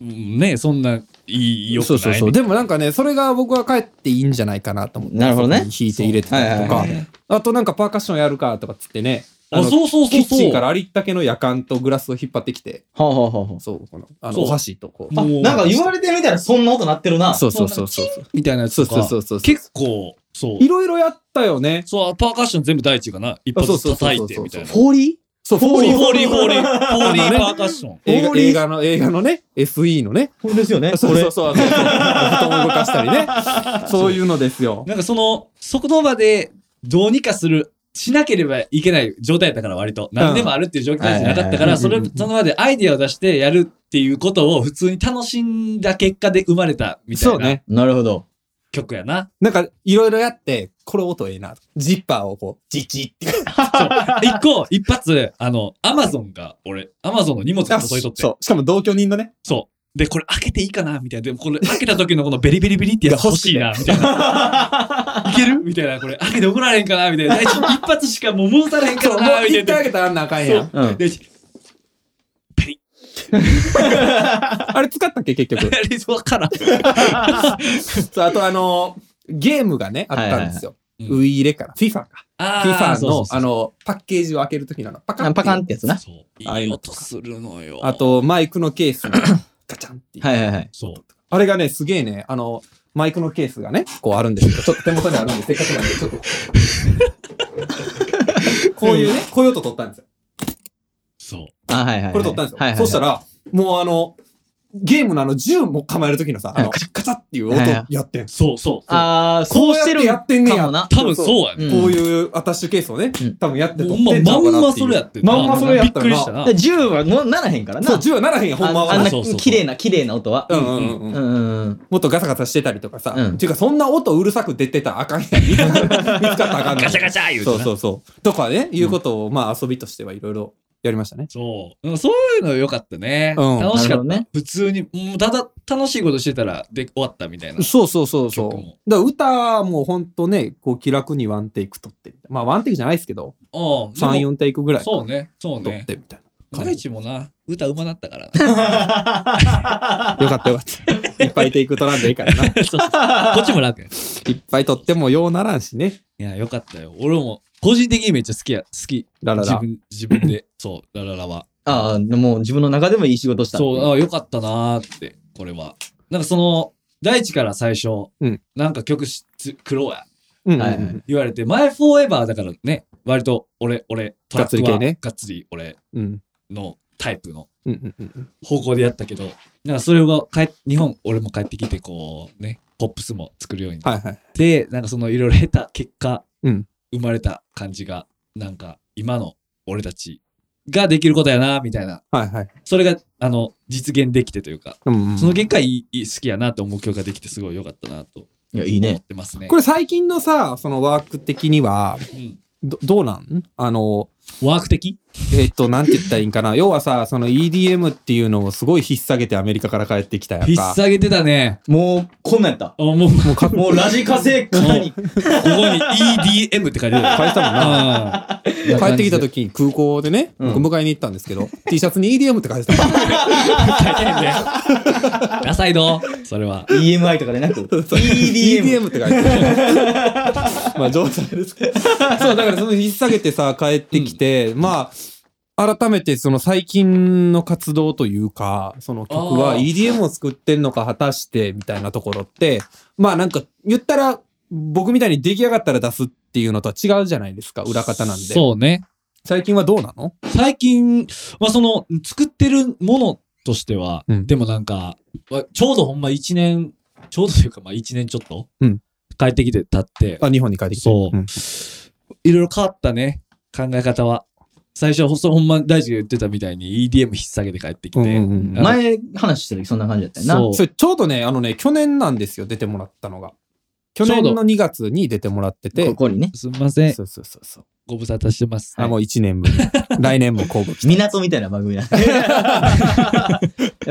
Speaker 3: うんね、そんないい、よく
Speaker 1: そ
Speaker 3: な
Speaker 1: う
Speaker 3: い。
Speaker 1: そうそう。でもなんかね、それが僕は帰っていいんじゃないかなと思って。
Speaker 2: なるほどね
Speaker 1: そこに弾いて入れてたりと
Speaker 2: は
Speaker 1: か
Speaker 2: いはい。
Speaker 1: あとなんかパーカッションやるかとかっつってね。
Speaker 3: あ、
Speaker 1: の
Speaker 3: そうそうそ
Speaker 1: キ
Speaker 3: う
Speaker 1: ッチ
Speaker 3: そ
Speaker 1: ン
Speaker 3: う。
Speaker 1: からありったけのやかんとグラスを引っ張ってきて、
Speaker 2: ほうほうほうほう。
Speaker 1: そう、この、あ
Speaker 3: そ
Speaker 1: の、
Speaker 3: う
Speaker 1: お箸とこう。
Speaker 2: あ、
Speaker 3: もう
Speaker 2: なんか言われてみたらそんな音鳴ってるな。
Speaker 1: そうそうそうそう。
Speaker 3: みたいなやつ
Speaker 1: そう
Speaker 3: と
Speaker 1: そう
Speaker 3: か。
Speaker 1: そうそう。
Speaker 3: 結構、そう。
Speaker 1: いろいろやったよね。
Speaker 3: そう、パーカッション全部第一かな。一発
Speaker 1: そうそうそうそう
Speaker 3: 叩いてみたいな。フ
Speaker 2: フォーリ
Speaker 1: そう、
Speaker 3: ォーリー、フォーリー、フ ォーリー、
Speaker 2: フ
Speaker 3: フォーリーパーカッション。
Speaker 1: 映
Speaker 2: フォ
Speaker 1: 画
Speaker 2: ーリー
Speaker 1: 映画の、映画のね、SE のね。
Speaker 2: ーこれですよね。
Speaker 1: そう
Speaker 2: これ
Speaker 1: そうそう。あの布団を動かしたりね。 そういうのですよ。
Speaker 3: なんかその、速度場でどうにかする、しなければいけない状態だから割と。何でもあるっていう状況じゃなかったか
Speaker 1: う
Speaker 3: ら、
Speaker 1: ん
Speaker 3: それ、その場でアイデアを出してやるっていうことを普通に楽しんだ結果で生まれたみた
Speaker 1: そ
Speaker 3: いうな
Speaker 1: ね。
Speaker 2: なるほど。
Speaker 3: 曲やな。
Speaker 1: なんか、いろいろやって、これ音ええな。ジッパーをこう、ジチって。
Speaker 3: 一個、一発、あの、アマゾンが、俺、アマゾンの荷物が届いとって。
Speaker 1: そう。しかも同居人のね。
Speaker 3: そう。で、これ開けていいかなみたいな。でもこれ開けた時のこのベリベリベリってやつ欲しいな、みたいな。 いけるみたいな。これ開けて怒られへんかなみたいな。一発しかもう戻されへん か
Speaker 1: そう、
Speaker 3: ら
Speaker 1: も
Speaker 3: な、
Speaker 1: う
Speaker 3: みた
Speaker 1: 言
Speaker 3: い
Speaker 1: って
Speaker 3: な
Speaker 1: あ。げたらあんなあかんやん。
Speaker 2: うん。
Speaker 3: で、ペリ
Speaker 1: あれ使ったっけ、結 局。
Speaker 3: ッ。リゾからん。
Speaker 1: そう、あとあの、ゲームがね、あったんですよ。
Speaker 3: はいはいは
Speaker 1: ウイイレから。FIFA か。
Speaker 3: あ
Speaker 1: FIFA の、あ
Speaker 3: の、
Speaker 1: の、パッケージを開けるときなの。パカ
Speaker 2: あ
Speaker 1: ン。
Speaker 2: パカンっ。てやつな。
Speaker 3: そう。
Speaker 1: ああいう
Speaker 3: いい
Speaker 1: の
Speaker 3: 音するのよ。
Speaker 1: あ、と、マイクのケースのガチャンっていう。
Speaker 2: はいはいはい。
Speaker 3: そう。
Speaker 1: あれがね、すげえね、あの、マイクのケースがね、こうあるんですけど、ちょっと手元にあるんで、せっかくなんで、ちょっと。こういうね、こういう音取ったんですよ。
Speaker 3: そう。
Speaker 2: あ、はいはいはい。
Speaker 1: これ取ったんですよ。
Speaker 2: はいはいはい。
Speaker 1: そうしたら、もうあの、ゲームのあの、銃も構える時のさ、あの、カチャッカチャッっていう音
Speaker 2: はいはい
Speaker 1: やってんす。
Speaker 3: そうそう。
Speaker 2: あー、そうしてる
Speaker 1: こうやってやってんねや
Speaker 2: かもな。
Speaker 3: 多分そうやね。
Speaker 1: こういうアタッシュケースをね
Speaker 2: うん、
Speaker 1: 多分やって
Speaker 3: ほ
Speaker 1: 取
Speaker 3: ん
Speaker 1: ってんち
Speaker 3: ま、
Speaker 1: ゃうか
Speaker 3: まん
Speaker 1: な
Speaker 3: ま
Speaker 1: ってい。
Speaker 3: そうれやってん
Speaker 1: まんまそれやった
Speaker 3: びっくり
Speaker 1: な
Speaker 3: したな。
Speaker 2: で銃はのならへんからな。
Speaker 1: そう、銃はならへんやん、ほんま
Speaker 2: ああん
Speaker 1: は。
Speaker 2: な
Speaker 3: そうそうそう
Speaker 2: 綺麗な、綺麗な音は。
Speaker 1: うんうんうんうん
Speaker 2: う。んうんうん。
Speaker 1: もっとガサガサしてたりとかさ、
Speaker 2: う
Speaker 1: っ
Speaker 2: ん
Speaker 1: ていうかそんな音うるさく出てたらあかんやん。見つかったらあかんの
Speaker 3: ガチャガチャ言うて
Speaker 1: そう
Speaker 3: な
Speaker 1: そうそう。とかね、いうことを、まあ遊びとしてはいろいろやりましたね。
Speaker 3: そう。うんそういうの良かったね。
Speaker 1: うん
Speaker 3: 楽しか
Speaker 2: なるほ
Speaker 3: った。
Speaker 2: どね
Speaker 3: 普通に、うんただ楽しいことしてたら、で、終わったみたいな。
Speaker 1: そうそうそうそう。だから
Speaker 3: 曲も
Speaker 1: 歌はもうほんとね、こう気楽にワンテイク撮って。まあワンテイクじゃないですけど、
Speaker 3: うん。でも
Speaker 1: 3、4テイクぐらい撮
Speaker 3: そうね。そう
Speaker 1: っ
Speaker 3: ね。
Speaker 1: てみたい
Speaker 3: カイチもな、歌うまなったから な。
Speaker 1: な。よかったよかった。いっぱいテイク撮らんでいいからな。い
Speaker 3: そうこっちも楽や。
Speaker 1: っぱい撮ってもようならんしね。
Speaker 3: いや、よかったよ。俺も、個人的にめっちゃ好きや。好き。
Speaker 1: ララ
Speaker 3: 自
Speaker 1: ラ。
Speaker 3: 分、自分で。そう、ラララは。
Speaker 2: ああ、もう自分の中でもいい仕事した。
Speaker 3: そう、あよかったなーって、これは。なんかその、大地から最初、
Speaker 1: うん
Speaker 3: なんか曲し作ろうや。
Speaker 1: うんうんうん、
Speaker 2: はいはい
Speaker 3: 言われて、前フォーエバーだからね、割と俺、俺、トラック
Speaker 1: がっ
Speaker 3: は
Speaker 1: つり系ね
Speaker 3: がっつり俺
Speaker 1: うん
Speaker 3: のタイプの
Speaker 1: うんうんうんうん。
Speaker 3: 方向でやったけど、なんかそれが帰っ、日本、俺も帰ってきて、こうね、ポップスも作るようになっ
Speaker 1: はいはい。
Speaker 3: て、なんかそのいろいろ下手結果、
Speaker 1: うん
Speaker 3: 生まれた感じが、なんか今の俺たちができることやな、みたいな。
Speaker 1: はいはい。
Speaker 3: それが、あの、実現できてというか、
Speaker 1: うんうん
Speaker 3: その結果いい、いい好きやなって思う曲ができて、すごい良かったなと
Speaker 2: いや、いい
Speaker 3: 思っ
Speaker 2: ね。
Speaker 3: てますね。
Speaker 1: これ最近のさ、そのワーク的には、
Speaker 3: うん
Speaker 1: どどうなんあの、
Speaker 3: ワーク的
Speaker 1: えっと、なんて言ったらいいんかな。要はさ、その EDM っていうのをすごい引っ提げてアメリカから帰ってきたやん
Speaker 3: 引っ
Speaker 1: か。
Speaker 3: 提げてたね。
Speaker 2: もう、こんなんやった。
Speaker 3: あ、もう、こ
Speaker 1: もうか、
Speaker 2: もう、ラジカセかに。
Speaker 3: こに EDM って書
Speaker 1: 変えたも
Speaker 3: いてある。
Speaker 1: んな。
Speaker 3: あー
Speaker 1: 帰ってきた時に空港でね、
Speaker 2: うん
Speaker 1: 僕迎えに行ったんですけど、T シャツに EDM って書いてた。
Speaker 3: 書いてへんね。ダサいのそれは。
Speaker 2: EMI とかで なく、EDM。
Speaker 1: EDM って書いてある。 まあ、状態ですけど。そう、だからその引っ提げてさ、帰ってきて、まあ、改めてその最近の活動というか、その曲は
Speaker 3: あー
Speaker 1: EDM を作ってんのか果たしてみたいなところって、まあなんか言ったら僕みたいに出来上がったら出すっていうのとは違うじゃないですか、裏方なんで。
Speaker 3: そうね。
Speaker 1: 最近はどうなの
Speaker 3: 最近、まあ、その、作ってるものとしては、
Speaker 1: うん
Speaker 3: でもなんか、わちょうどほんま1年、ちょうどというか、まあ、1年ちょっと、
Speaker 1: うん
Speaker 3: 帰ってきて経って、
Speaker 1: あ、日本に帰ってきて。
Speaker 3: そう、
Speaker 1: ん
Speaker 3: いろいろ変わったね、考え方は。最初はほそうほんま大地が言ってたみたいに EDM 引っ提げて帰ってきて、
Speaker 1: うんうんうん
Speaker 3: あの
Speaker 2: 前、話した時そんな感じだったよな。
Speaker 3: そう
Speaker 1: それちょうどね、あのね、去年なんですよ、出てもらったのが。去年
Speaker 3: ちょう
Speaker 1: の2月に出てもらってて
Speaker 2: こ、こにね。
Speaker 3: すみません、
Speaker 1: そうそうそうそう。
Speaker 3: ご無沙汰してます。
Speaker 1: あ、もう1年ぶ り。来年も交互期待。
Speaker 2: 港みたいな番組 だ。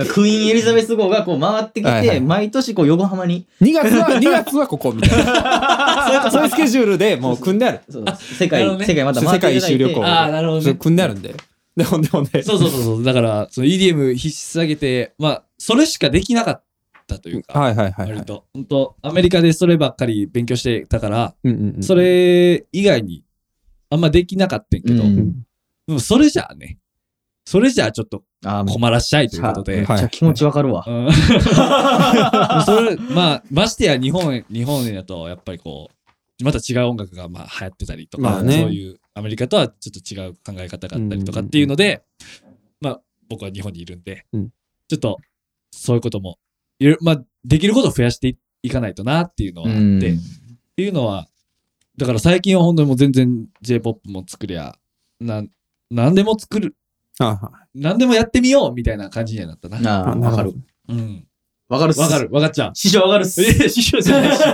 Speaker 2: クイーンエリザベス号がこう回ってき
Speaker 1: はいは
Speaker 2: て、
Speaker 1: い
Speaker 2: 毎年こう横浜に、
Speaker 1: 2月は、2月はここみたいな。 そういうスケジュールでもう組んである。
Speaker 2: そう世
Speaker 3: なるほ
Speaker 2: 界、
Speaker 3: どね
Speaker 2: 世界また
Speaker 1: 世界一周旅
Speaker 2: い
Speaker 1: 行。
Speaker 2: ただいて
Speaker 3: あーなるほどね
Speaker 1: そう組んであるんで。でほんでほんで。
Speaker 3: そうそうそうそう、だから、その EDM 引っ提げて、まあ、それしかできなかったというか、
Speaker 1: はいはいはいは
Speaker 3: 割
Speaker 1: い。
Speaker 3: と。本当アメリカでそればっかり勉強してたから、
Speaker 1: うんうんうん
Speaker 3: そ、れ以外にあんまできなかったんけど、
Speaker 2: うん
Speaker 1: うん
Speaker 3: でもそれじゃあね、それじゃあちょっと
Speaker 2: あーもう
Speaker 3: 困らしちゃいということで、
Speaker 1: は
Speaker 2: めっちゃ気持ちわかるわ。
Speaker 3: うんそれ、まあ、ましてや日本、日本だとやっぱりこう、また違う音楽がまあ流行ってたりとか、
Speaker 1: まあね
Speaker 3: そういうアメリカとはちょっと違う考え方があったりとかっていうので、まあ僕は日本にいるんで、
Speaker 1: うん
Speaker 3: ちょっとそういうことも、いろいろまあできることを増やしていいかないとなっていうのはあって、
Speaker 2: うん
Speaker 3: っていうのは、だから最近は本当にもう全然 J-POP も作りゃ、なん、なんでも作る、
Speaker 1: はいは
Speaker 3: なんでもやってみようみたいな感じにはなったな。
Speaker 2: あーわかる。
Speaker 3: うん。
Speaker 2: わかるっす
Speaker 3: わか。る、わかっちゃう。
Speaker 2: 師匠わかるっす。
Speaker 3: え、師匠じゃないし。
Speaker 1: い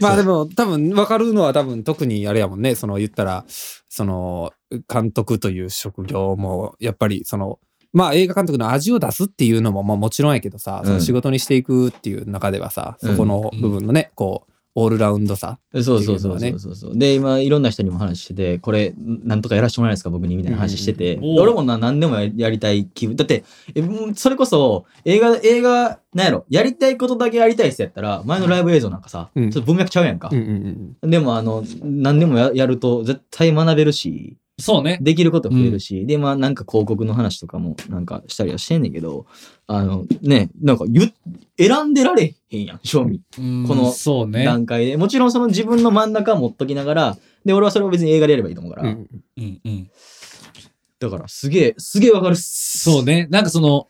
Speaker 1: まあでも多分分かるのは多分特にあれやもんね。その言ったら、その監督という職業もやっぱりその、まあ映画監督の味を出すっていうのもまあもちろんやけどさ、
Speaker 2: うん
Speaker 1: その仕事にしていくっていう中ではさ、
Speaker 2: うん
Speaker 1: そこの部分のね、こう、オールラウンドさ。
Speaker 2: そうそうそうそうそうそう。で、今、いろんな人にも話してて、これ、なんとかやらせてもらえないですか、僕に、みたいな話してて。
Speaker 3: うんおう
Speaker 2: 俺もな、何でもややりたい気分。だって、えもうそれこそ、映画、映画、なんやろ、やりたいことだけやりたいっすやったら、前のライブ映像なんかさ、
Speaker 1: うん
Speaker 2: ちょっと文脈ちゃうやんか。
Speaker 1: うんうんうん。
Speaker 2: でも、あの、何でもややると、絶対学べるし、
Speaker 3: そうね。
Speaker 2: できること増えるし、で、まあ、なんか広告の話とかも、なんかしたりはしてんねんけど、あの、ね、なんか、ゆ、選んでられへんやん、正味。
Speaker 3: こ
Speaker 2: この
Speaker 3: そうね。
Speaker 2: 段階で、もちろんその自分の真ん中を持っときながら、で、俺はそれを別に映画でやればいいと思うから、
Speaker 1: うん
Speaker 3: うんうん。
Speaker 2: だからすげえ、すげえわかるっす。
Speaker 3: そうね。なんかその、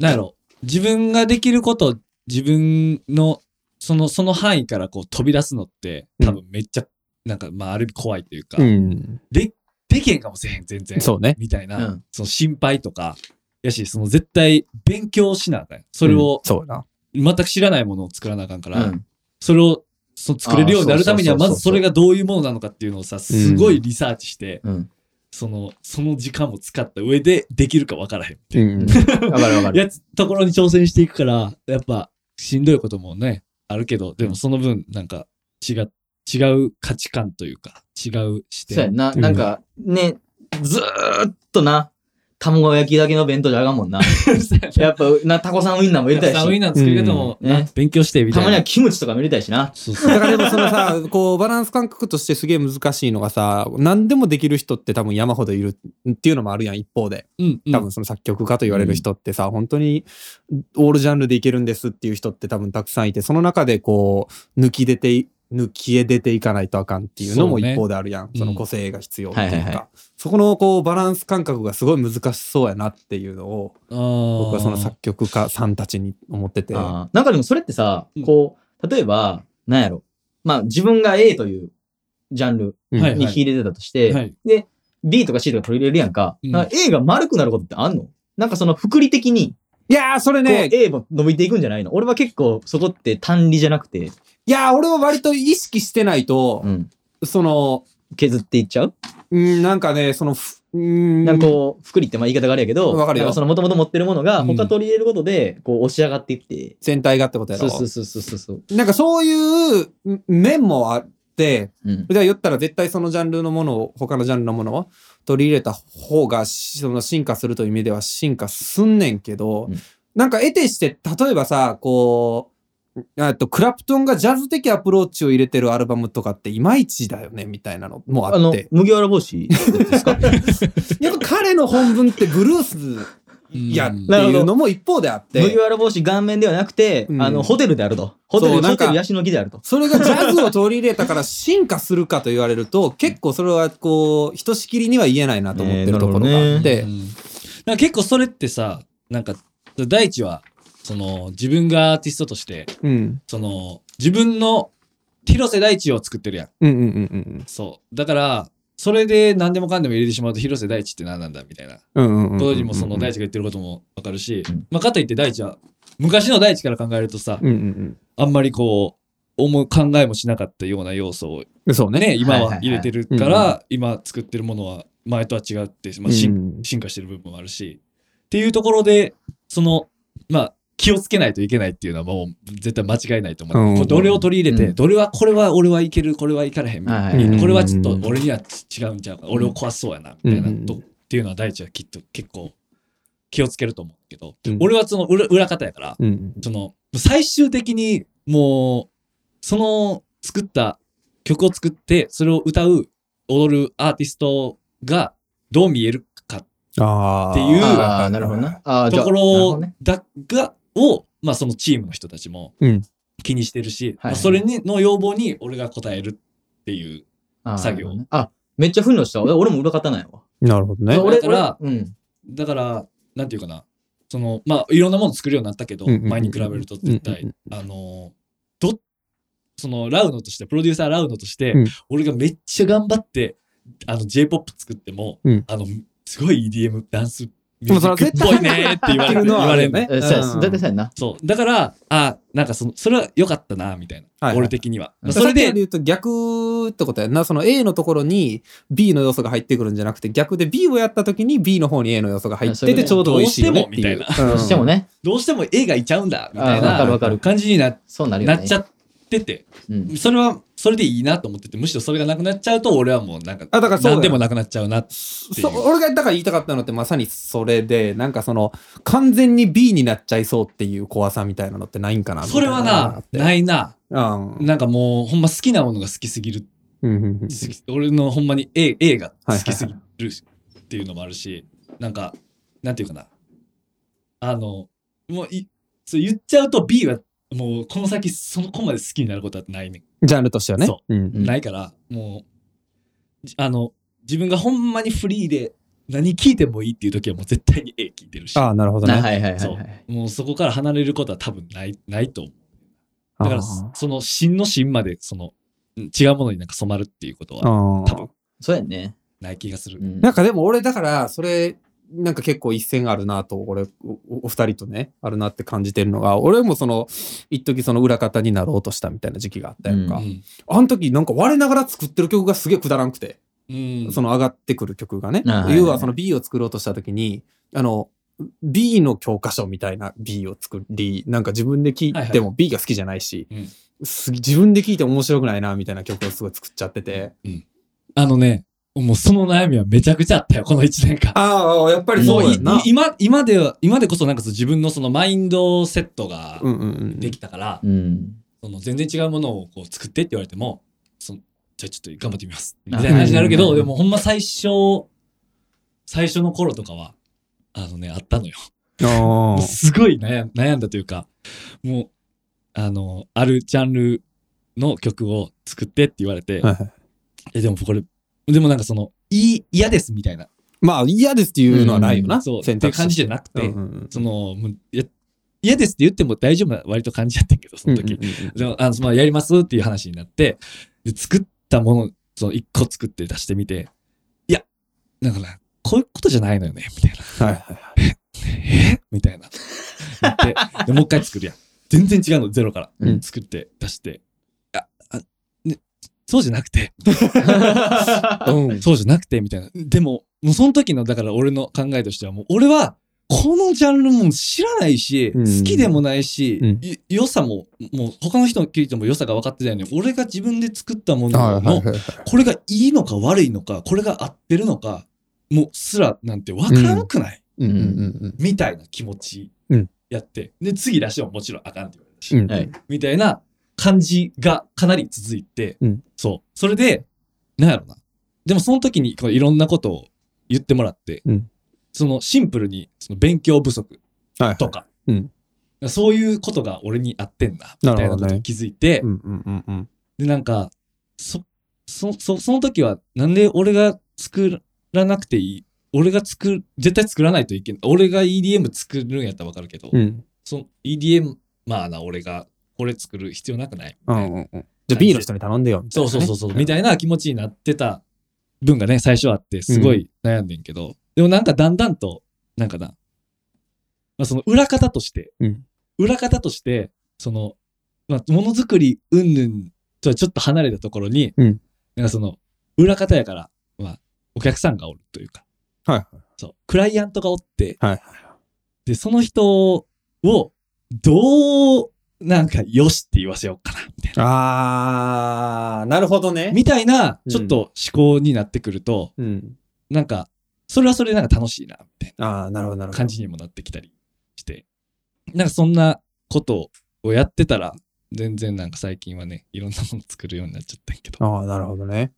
Speaker 3: なんやろ。自分ができること、自分の、その、その範囲からこう飛び出すのって、多分めっちゃ、なんか、まあ、ある意味怖いというか、
Speaker 1: うん。
Speaker 3: できへんかもしれへん、全然。
Speaker 1: そうね。
Speaker 3: みたいな、
Speaker 2: うん
Speaker 3: その心配とか、やし、その絶対勉強しなあかん。それ
Speaker 1: うん
Speaker 3: を、
Speaker 1: そうな。
Speaker 3: 全く知らないものを作らなあかんか
Speaker 2: う
Speaker 3: ら、
Speaker 2: ん。
Speaker 3: それを、その作れるようになるためには、
Speaker 2: あーそう
Speaker 3: ま
Speaker 2: そうそうそう
Speaker 3: ずそれがどういうものなのかっていうのをさ、すごいリサーチして、
Speaker 2: うん。
Speaker 3: その、その時間も使った上でできるか分からへん。
Speaker 1: うん。
Speaker 2: わかるわかる。
Speaker 3: やつ、ところに挑戦していくから、やっぱ、しんどいこともね、あるけど、でもその分、なんか、違、違う価値観というか、違う視
Speaker 2: そうや
Speaker 3: 点。
Speaker 2: んな、なんか、ね、ずーっとな、卵焼きだけの弁当じゃあかんもん な。やっぱ、な、タコさんウインナーも入れたい
Speaker 3: サウイ
Speaker 2: し、
Speaker 3: ンナーの作り方も、
Speaker 2: うんね
Speaker 3: 勉強して、みた
Speaker 2: た
Speaker 3: い
Speaker 2: ま
Speaker 3: な。
Speaker 2: にはキムチとかも入れたいしな。
Speaker 3: そうそう。
Speaker 1: だからでもそのさ、 こう、バランス感覚としてすげえ難しいのがさ、何でもできる人って多分山ほどいるっていうのもあるやん、一方で。
Speaker 3: うん、うん。
Speaker 1: 多分その作曲家と言われる人ってさ、本当にオールジャンルでいけるんですっていう人って多分たくさんいて、その中でこう、抜き出てい、抜きへ出ていかないとあかんっていうのも
Speaker 3: そうね
Speaker 1: 一方であるやん。そ,、
Speaker 3: うん
Speaker 1: の個性が必要っていうか、
Speaker 2: はいはいは
Speaker 1: そこのこう、バランス感覚がすごい難しそうやなっていうのを、僕
Speaker 3: 僕
Speaker 1: はその作曲家さんたちに思ってて。
Speaker 2: あーなんかでもそれってさ
Speaker 3: うん、
Speaker 2: こう、例えば、なんやろ。まあ、自分が A というジャンル
Speaker 1: うん
Speaker 3: はい
Speaker 2: に引き入れてたとして、
Speaker 3: はい。
Speaker 2: で、 B とか C とか取り入れるやんか。
Speaker 3: うん
Speaker 2: なんか A が丸くなることってあんのなんかその、複利的に、
Speaker 1: いやー、それ
Speaker 2: こう
Speaker 1: ね、
Speaker 2: A も伸びていくんじゃないの俺は結構、そこって単利じゃなくて、
Speaker 1: いやー、俺は割と意識してないと
Speaker 2: う、ん
Speaker 1: その、
Speaker 2: 削っていっちゃう
Speaker 1: うん、なんかね、その、ふうん、
Speaker 2: なんかこう、複利ってまあ言い方があるやけど、
Speaker 1: わかるよ
Speaker 2: なんその元々持ってるものが、
Speaker 3: うん
Speaker 2: 他取り入れることで、こう、押し上がっていって、
Speaker 1: 全体がってことや
Speaker 2: そ
Speaker 1: ろ。
Speaker 2: うそうそうそうそう。
Speaker 1: なんかそういうん面もあって、
Speaker 2: うん。
Speaker 1: じゃあ言ったら絶対そのジャンルのものを、他のジャンルのものを取り入れた方が、しその進化するという意味では進化すんねんけど、
Speaker 2: うん
Speaker 1: なんか得てして、例えばさ、こう、えっと、クラプトンがジャズ的アプローチを入れてるアルバムとかっていまいちだよね、みたいなのも
Speaker 2: あ
Speaker 1: あっ
Speaker 2: の
Speaker 1: て、。
Speaker 2: 麦わら帽子ですか
Speaker 1: やっぱ彼の本文ってブルースやっ
Speaker 3: うん
Speaker 1: ていうのも一方であっ
Speaker 2: 麦
Speaker 1: て、
Speaker 2: わら帽子顔面ではなくて、
Speaker 1: うん
Speaker 2: あの、ホテルであると。ホテ
Speaker 1: そ
Speaker 2: ル、
Speaker 1: うな
Speaker 2: ホ
Speaker 1: んか
Speaker 2: テルヤシの木であると。
Speaker 1: それがジャズを取り入れたから進化するかと言われると、結構それはこう、ひとしきりには言えないなと思って
Speaker 2: えー
Speaker 1: る
Speaker 2: な
Speaker 1: と
Speaker 2: る
Speaker 1: こ
Speaker 2: ほ
Speaker 1: ろ
Speaker 2: ど
Speaker 1: が
Speaker 2: ね
Speaker 1: あって
Speaker 3: う、んなんか結構それってさなんか第一はその自分がアーティストとして
Speaker 1: うん。
Speaker 3: その自分の広瀬大地を作ってるやん
Speaker 1: うんうんうん
Speaker 3: そうだからそれで何でもかんでも入れてしまうと広瀬大地って何なんだみたいな
Speaker 1: うんうんうんうんうんうん。
Speaker 3: ことにもその大地が言ってることもわかるし、
Speaker 2: うん
Speaker 3: まあ、かといって大地は昔の大地から考えるとさ、
Speaker 1: うんうん
Speaker 3: あんまりこう思う考えもしなかったような要素を
Speaker 1: うん。そうね。
Speaker 3: ね今
Speaker 2: はいはい
Speaker 3: は
Speaker 2: はい
Speaker 3: 入れてるから、今作ってるものは前とは違って、まあ進
Speaker 1: うん
Speaker 3: 進化してる部分もあるしっていうところでそのまあ気をつけないといけないっていうのはもう絶対間違いないと思う、
Speaker 1: うん
Speaker 3: これどれを取り入れて、
Speaker 2: うん
Speaker 3: どれはこれは俺はいけるこれはいかれへんみたいな、
Speaker 2: は
Speaker 1: う
Speaker 2: い
Speaker 1: ん
Speaker 3: これはちょっと俺には違うんちゃうか、俺を壊しそうやなみたいな、
Speaker 1: うん
Speaker 3: とっていうのは大地はきっと結構気をつけると思うけど、
Speaker 1: うん
Speaker 3: 俺はその裏裏方やから、
Speaker 1: うん
Speaker 3: その最終的にもうその作った曲を作ってそれを歌う踊るアーティストがどう見えるか
Speaker 1: ああ。
Speaker 3: っていう
Speaker 2: ああ、なるほどな。。ああ、じゃ
Speaker 3: と
Speaker 2: あ
Speaker 3: こ
Speaker 2: なるほど
Speaker 3: ろ
Speaker 2: ね
Speaker 3: だがを、まあ、そのチームの人たちも
Speaker 1: うん
Speaker 3: 気にしてるし、
Speaker 2: はい
Speaker 3: まあそれにの要望に俺が応えるっていう
Speaker 2: あー
Speaker 3: 作業。
Speaker 2: あ、めっちゃふんのした。俺俺も裏方なんやわ。
Speaker 1: なるほどね。
Speaker 2: 俺
Speaker 3: だから
Speaker 2: 俺うん。
Speaker 3: だからなんていうかなそのまあいろんなもの作るようになったけど、
Speaker 1: うんうんうん
Speaker 3: 前に比べると絶対、
Speaker 1: うん
Speaker 3: あのどそのラウノとしてプロデューサーラウノとして、
Speaker 1: うん
Speaker 3: 俺がめっちゃ頑張ってあの J−POP 作っても、
Speaker 1: うん
Speaker 3: あのすごい EDM ダンスミ
Speaker 1: で
Speaker 3: ュ
Speaker 1: も
Speaker 3: ージ
Speaker 1: それ
Speaker 3: ッ
Speaker 1: は
Speaker 3: ク
Speaker 1: 絶対
Speaker 3: っぽいねーって言わ
Speaker 1: 入って
Speaker 3: れる
Speaker 1: る
Speaker 3: 言
Speaker 1: のは
Speaker 3: わ
Speaker 1: あ
Speaker 3: れ
Speaker 1: る
Speaker 3: る
Speaker 1: よね
Speaker 3: ね。
Speaker 2: えそうや、
Speaker 1: うん
Speaker 2: 大体そうやんな。
Speaker 3: そうだからあなんかそのそれは良かったなみたいな、
Speaker 1: はいはい
Speaker 3: 俺的には、
Speaker 2: うん
Speaker 3: そ
Speaker 1: それ
Speaker 3: れ
Speaker 1: で
Speaker 3: で
Speaker 1: 言うと逆ってことやんな。その A のところに B の要素が入ってくるんじゃなくて逆で B をやった時に B の方に A の要素が入っててちょうど美味しいよねっていう。
Speaker 3: どう
Speaker 1: ど
Speaker 2: どうしてもね、
Speaker 3: どうしても絵がいちゃうんだみたい
Speaker 2: あーわかるわか
Speaker 3: な
Speaker 2: る
Speaker 3: 感じにな
Speaker 2: そうなるよ
Speaker 3: な
Speaker 2: ね。
Speaker 3: っちゃってて
Speaker 2: うん。
Speaker 3: それはそれでいいなと思っててむしろそれがなくなっちゃうと俺はもうなんか
Speaker 1: あだからそうだよ
Speaker 3: 何でもなくなっちゃうなっていう
Speaker 1: そう俺がだから言いたかったのってまさにそれでなんかその完全に B になっちゃいそうっていう怖さみたいなのってないんかなみた
Speaker 3: そ
Speaker 1: い
Speaker 3: れはな
Speaker 1: な
Speaker 3: ないな
Speaker 1: うんうん
Speaker 3: なんかもうほんま好きなものが好きすぎる
Speaker 1: うんうん
Speaker 3: 好き俺のほんまに A, A が好きすぎるっていうのもあるし、なんかなんていうかなあのもういそう言っちゃうと B はもうこの先その子まで好きになることはないねん
Speaker 1: ジャンルとしてはね
Speaker 3: そ
Speaker 1: うん
Speaker 2: うん
Speaker 3: ないから、もう、じあの、自分がほんまにフリーで何聞いてもいいっていう時はもう絶対に A 聞いてるし、
Speaker 1: ああなるほど
Speaker 2: な
Speaker 1: ね
Speaker 2: はいはいはい
Speaker 3: そう
Speaker 2: はい。
Speaker 3: もうそこから離れることは多分ない、ないと思う。だから、
Speaker 1: あ
Speaker 3: その芯の芯まで、その、うん違うものになんか染まるっていうことは
Speaker 1: ー
Speaker 3: 多分
Speaker 2: そうやんね。
Speaker 3: ない気がする。
Speaker 2: うん
Speaker 1: なんかでも俺だからそれなんか結構一線あるなと俺おおお二人とねあるなって感じてるのが俺もその一時その裏方になろうとしたみたいな時期があったやんか、
Speaker 2: う
Speaker 3: うん
Speaker 1: あの時なんか我ながら作ってる曲がすげえくだらんくて、
Speaker 3: うん
Speaker 1: その上がってくる曲がね
Speaker 2: あはい
Speaker 1: 要はその B を作ろうとした時にあの B の教科書みたいな B を作りなんか自分で聴いても B が好きじゃないし、
Speaker 3: うん
Speaker 1: す自分で聴いても面白くないなみたいな曲をすごい作っちゃってて
Speaker 3: あのね、もうその悩みはめちゃくちゃあったよ、この1年間。
Speaker 1: ああやっぱ
Speaker 2: りそ
Speaker 3: も
Speaker 2: うう
Speaker 3: い
Speaker 2: や
Speaker 3: い今、今では、今でこそなんかそう自分のそのマインドセットが
Speaker 1: うんうんうん
Speaker 3: できたから、
Speaker 2: うん。
Speaker 3: その全然違うものをこう作ってって言われても、そのじゃあちょっと頑張ってみます。みたいな話になるけ
Speaker 2: う
Speaker 3: ど、
Speaker 2: ん
Speaker 3: でもほんま最初、最初の頃とかは、あのね、あったのよ。
Speaker 1: あー
Speaker 3: すごい悩ん悩んだというか、もう、あの、あるジャンルの曲を作ってって言われて、
Speaker 1: はいはい
Speaker 3: え、でもこれ、でもなんかその、いい、嫌ですみたいな、
Speaker 1: まあ嫌ですっていうのはないよな、
Speaker 3: そう、ってい
Speaker 1: 選
Speaker 3: う
Speaker 1: 択肢
Speaker 3: 感じじゃなくて、
Speaker 1: うんうん
Speaker 3: その、もういや嫌ですって言っても大丈夫な割と感じやったけど、その時。
Speaker 1: うんうんうん
Speaker 3: でもあのまあ、やりますっていう話になって、で作ったもの、その一個作って出してみて、いや、なんかね、こういうことじゃないのよね、みたいな。
Speaker 1: はいはいはい。
Speaker 3: えみたいな。でで、もう一回作るやん。全然違うの、ゼロから。
Speaker 1: うん
Speaker 3: 作って、出して。あ、あ、ね、そうじゃなくて、
Speaker 1: うん。
Speaker 3: そうじゃなくて、みたいな。でも、もうその時の、だから俺の考えとしては、もう俺は、このジャンルも知らないし、
Speaker 1: うん
Speaker 3: 好きでもないし、
Speaker 1: うん
Speaker 3: い良さも、もう他の人の聞いても良さが分かってないのに、俺が自分で作ったも
Speaker 1: はいは
Speaker 3: の
Speaker 1: いはい
Speaker 3: の、
Speaker 1: はい。
Speaker 3: これがいいのか悪いのか、これが合ってるのか、もうすらなんて分からなくない、
Speaker 1: うんうんうん
Speaker 3: みたいな気持ち
Speaker 1: うん
Speaker 3: やって、で、次出してももちろんあかんって言われるし、
Speaker 1: うん。うん。
Speaker 2: はい。
Speaker 3: みたいな感じがかなり続いて、
Speaker 1: うん
Speaker 3: そう。それで、なんやろな。でもその時にこういろんなことを言ってもらって、
Speaker 1: うん
Speaker 3: そのシンプルにその勉強不足
Speaker 1: はいはい。
Speaker 3: とか、
Speaker 1: うん
Speaker 3: そういうことが俺に合ってんな、みたいなこ
Speaker 1: なるほど
Speaker 3: と
Speaker 1: ね
Speaker 3: に気づいて、
Speaker 1: うんうんうんうん。
Speaker 3: で、なんか、そ、そ、そ、その時は、なんで俺が作らなくていい俺が作る、絶対作らないといけない。俺が EDM 作るんやったらわかるけど、
Speaker 1: うん。
Speaker 3: その EDM、まあな、俺がこれ作る必要なくない
Speaker 1: うんうんうん。じゃあ B の人に頼んでよ。みたいな
Speaker 3: そう
Speaker 1: ね
Speaker 3: そうそうそう、みたいな気持ちになってた分がね、最初あって、すごい悩んでんけど、でもなんかだんだんと、なんかな、まあその裏方として、
Speaker 1: うん
Speaker 3: 裏方として、その、まあ、ものづくりうんぬんとはちょっと離れたところに、
Speaker 1: うん
Speaker 3: なんかその、裏方やから、まあ、お客さんがおるというか、
Speaker 1: はいはい
Speaker 3: そう、クライアントがおって、
Speaker 1: はいはい
Speaker 3: で、その人を、どう、なんか、よしって言わせようかな、みたいな。
Speaker 1: あー、なるほどね。
Speaker 3: みたいな、
Speaker 1: うん
Speaker 3: ちょっと思考になってくると、
Speaker 1: うん。
Speaker 3: なんか、それはそれでなんか楽しいな、みたい
Speaker 1: あー、なるほどなる
Speaker 3: な
Speaker 1: ほど。
Speaker 3: 感じにもなってきたりして、なんかそんなことをやってたら、全然なんか最近はね、いろんなもの作るようになっちゃったんやけど、
Speaker 1: あー、なるほどね。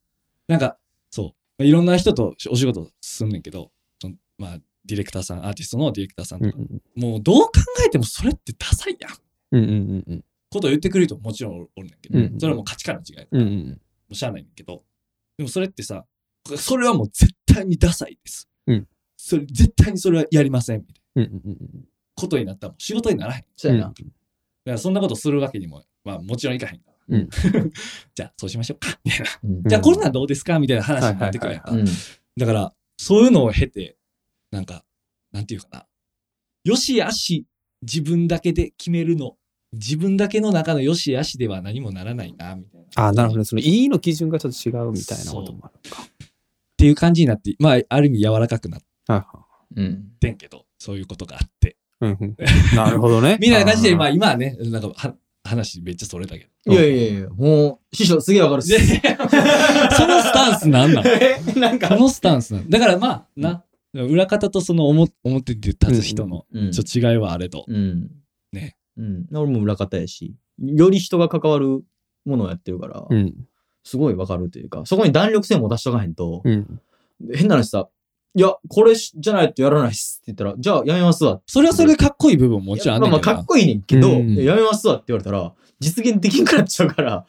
Speaker 3: なんか、そう、いろんな人とお仕事すんねんけど、そのまあ、ディレクターさん、アーティストのディレクターさん
Speaker 1: うん
Speaker 3: とか、もうどう考えてもそれってダサいやん、
Speaker 1: うんうんうん
Speaker 3: ことを言ってくれる人ももちろんおるねんけど、
Speaker 1: うん
Speaker 3: それはもう価値観の違い。
Speaker 1: うん。うんうん
Speaker 3: もうしゃあないんだけど、でもそれってさ、それはもう絶対にダサいです。
Speaker 1: うん
Speaker 3: それ、絶対にそれはやりません。みたいな
Speaker 1: うんうんうん。
Speaker 3: ことになったらもう仕事にならへん。だ
Speaker 2: そうやな。
Speaker 3: からそんなことするわけにも、まあもちろんいかへんか
Speaker 1: う
Speaker 3: ら。
Speaker 1: ん
Speaker 3: じゃあそうしましょうか。みたいな。
Speaker 2: うん
Speaker 3: じゃあコロナどうですかみたいな話になってくるやんか
Speaker 1: は
Speaker 2: うん
Speaker 3: だから、そういうのを経て、なんか、なんていうかな。よしあし、自分だけで決めるの。自分だけの中のよしあしでは何もならないな、みたいな。
Speaker 1: あー、なるほど。その E の基準がちょっと違うみたいなこともあるか。
Speaker 3: っていう感じになって、まあ、ある意味柔らかくなっ
Speaker 1: はいは
Speaker 2: うん。
Speaker 3: てんけど、そういうことがあって。
Speaker 1: いうんうん。なるほどね
Speaker 3: 。みたいな感じで、まあ
Speaker 1: あ
Speaker 3: 今はね、なんかは話めっちゃそれだけ ど。
Speaker 2: いやいやいや、もう、師匠すげえわかるっ す。
Speaker 3: そのスタンスなんなの
Speaker 2: なんか
Speaker 3: こ、のスタンスなのだからまあ、な、裏方とその表表で立つ人の
Speaker 2: うん
Speaker 3: ちょっと違いはあれと。
Speaker 2: うん。
Speaker 3: ね。
Speaker 2: うん。俺も裏方やし、より人が関わるものをやってるから、
Speaker 1: ー。うん。
Speaker 2: すごいわかるというか、そこに弾力性も出しとかへんと、
Speaker 1: うん。
Speaker 2: 変な話さ、いや、これしじゃないとやらないっすって言ったら、じゃあやめますわ。
Speaker 3: それはそれでかっこいい部分ももちろんあん
Speaker 2: ま
Speaker 3: ね
Speaker 2: あ
Speaker 3: ん
Speaker 2: まあ、
Speaker 3: けど
Speaker 2: か
Speaker 3: な
Speaker 2: っこいいねんけど、
Speaker 1: うん
Speaker 2: いややめますわって言われたら、実現できんくなっちゃう から、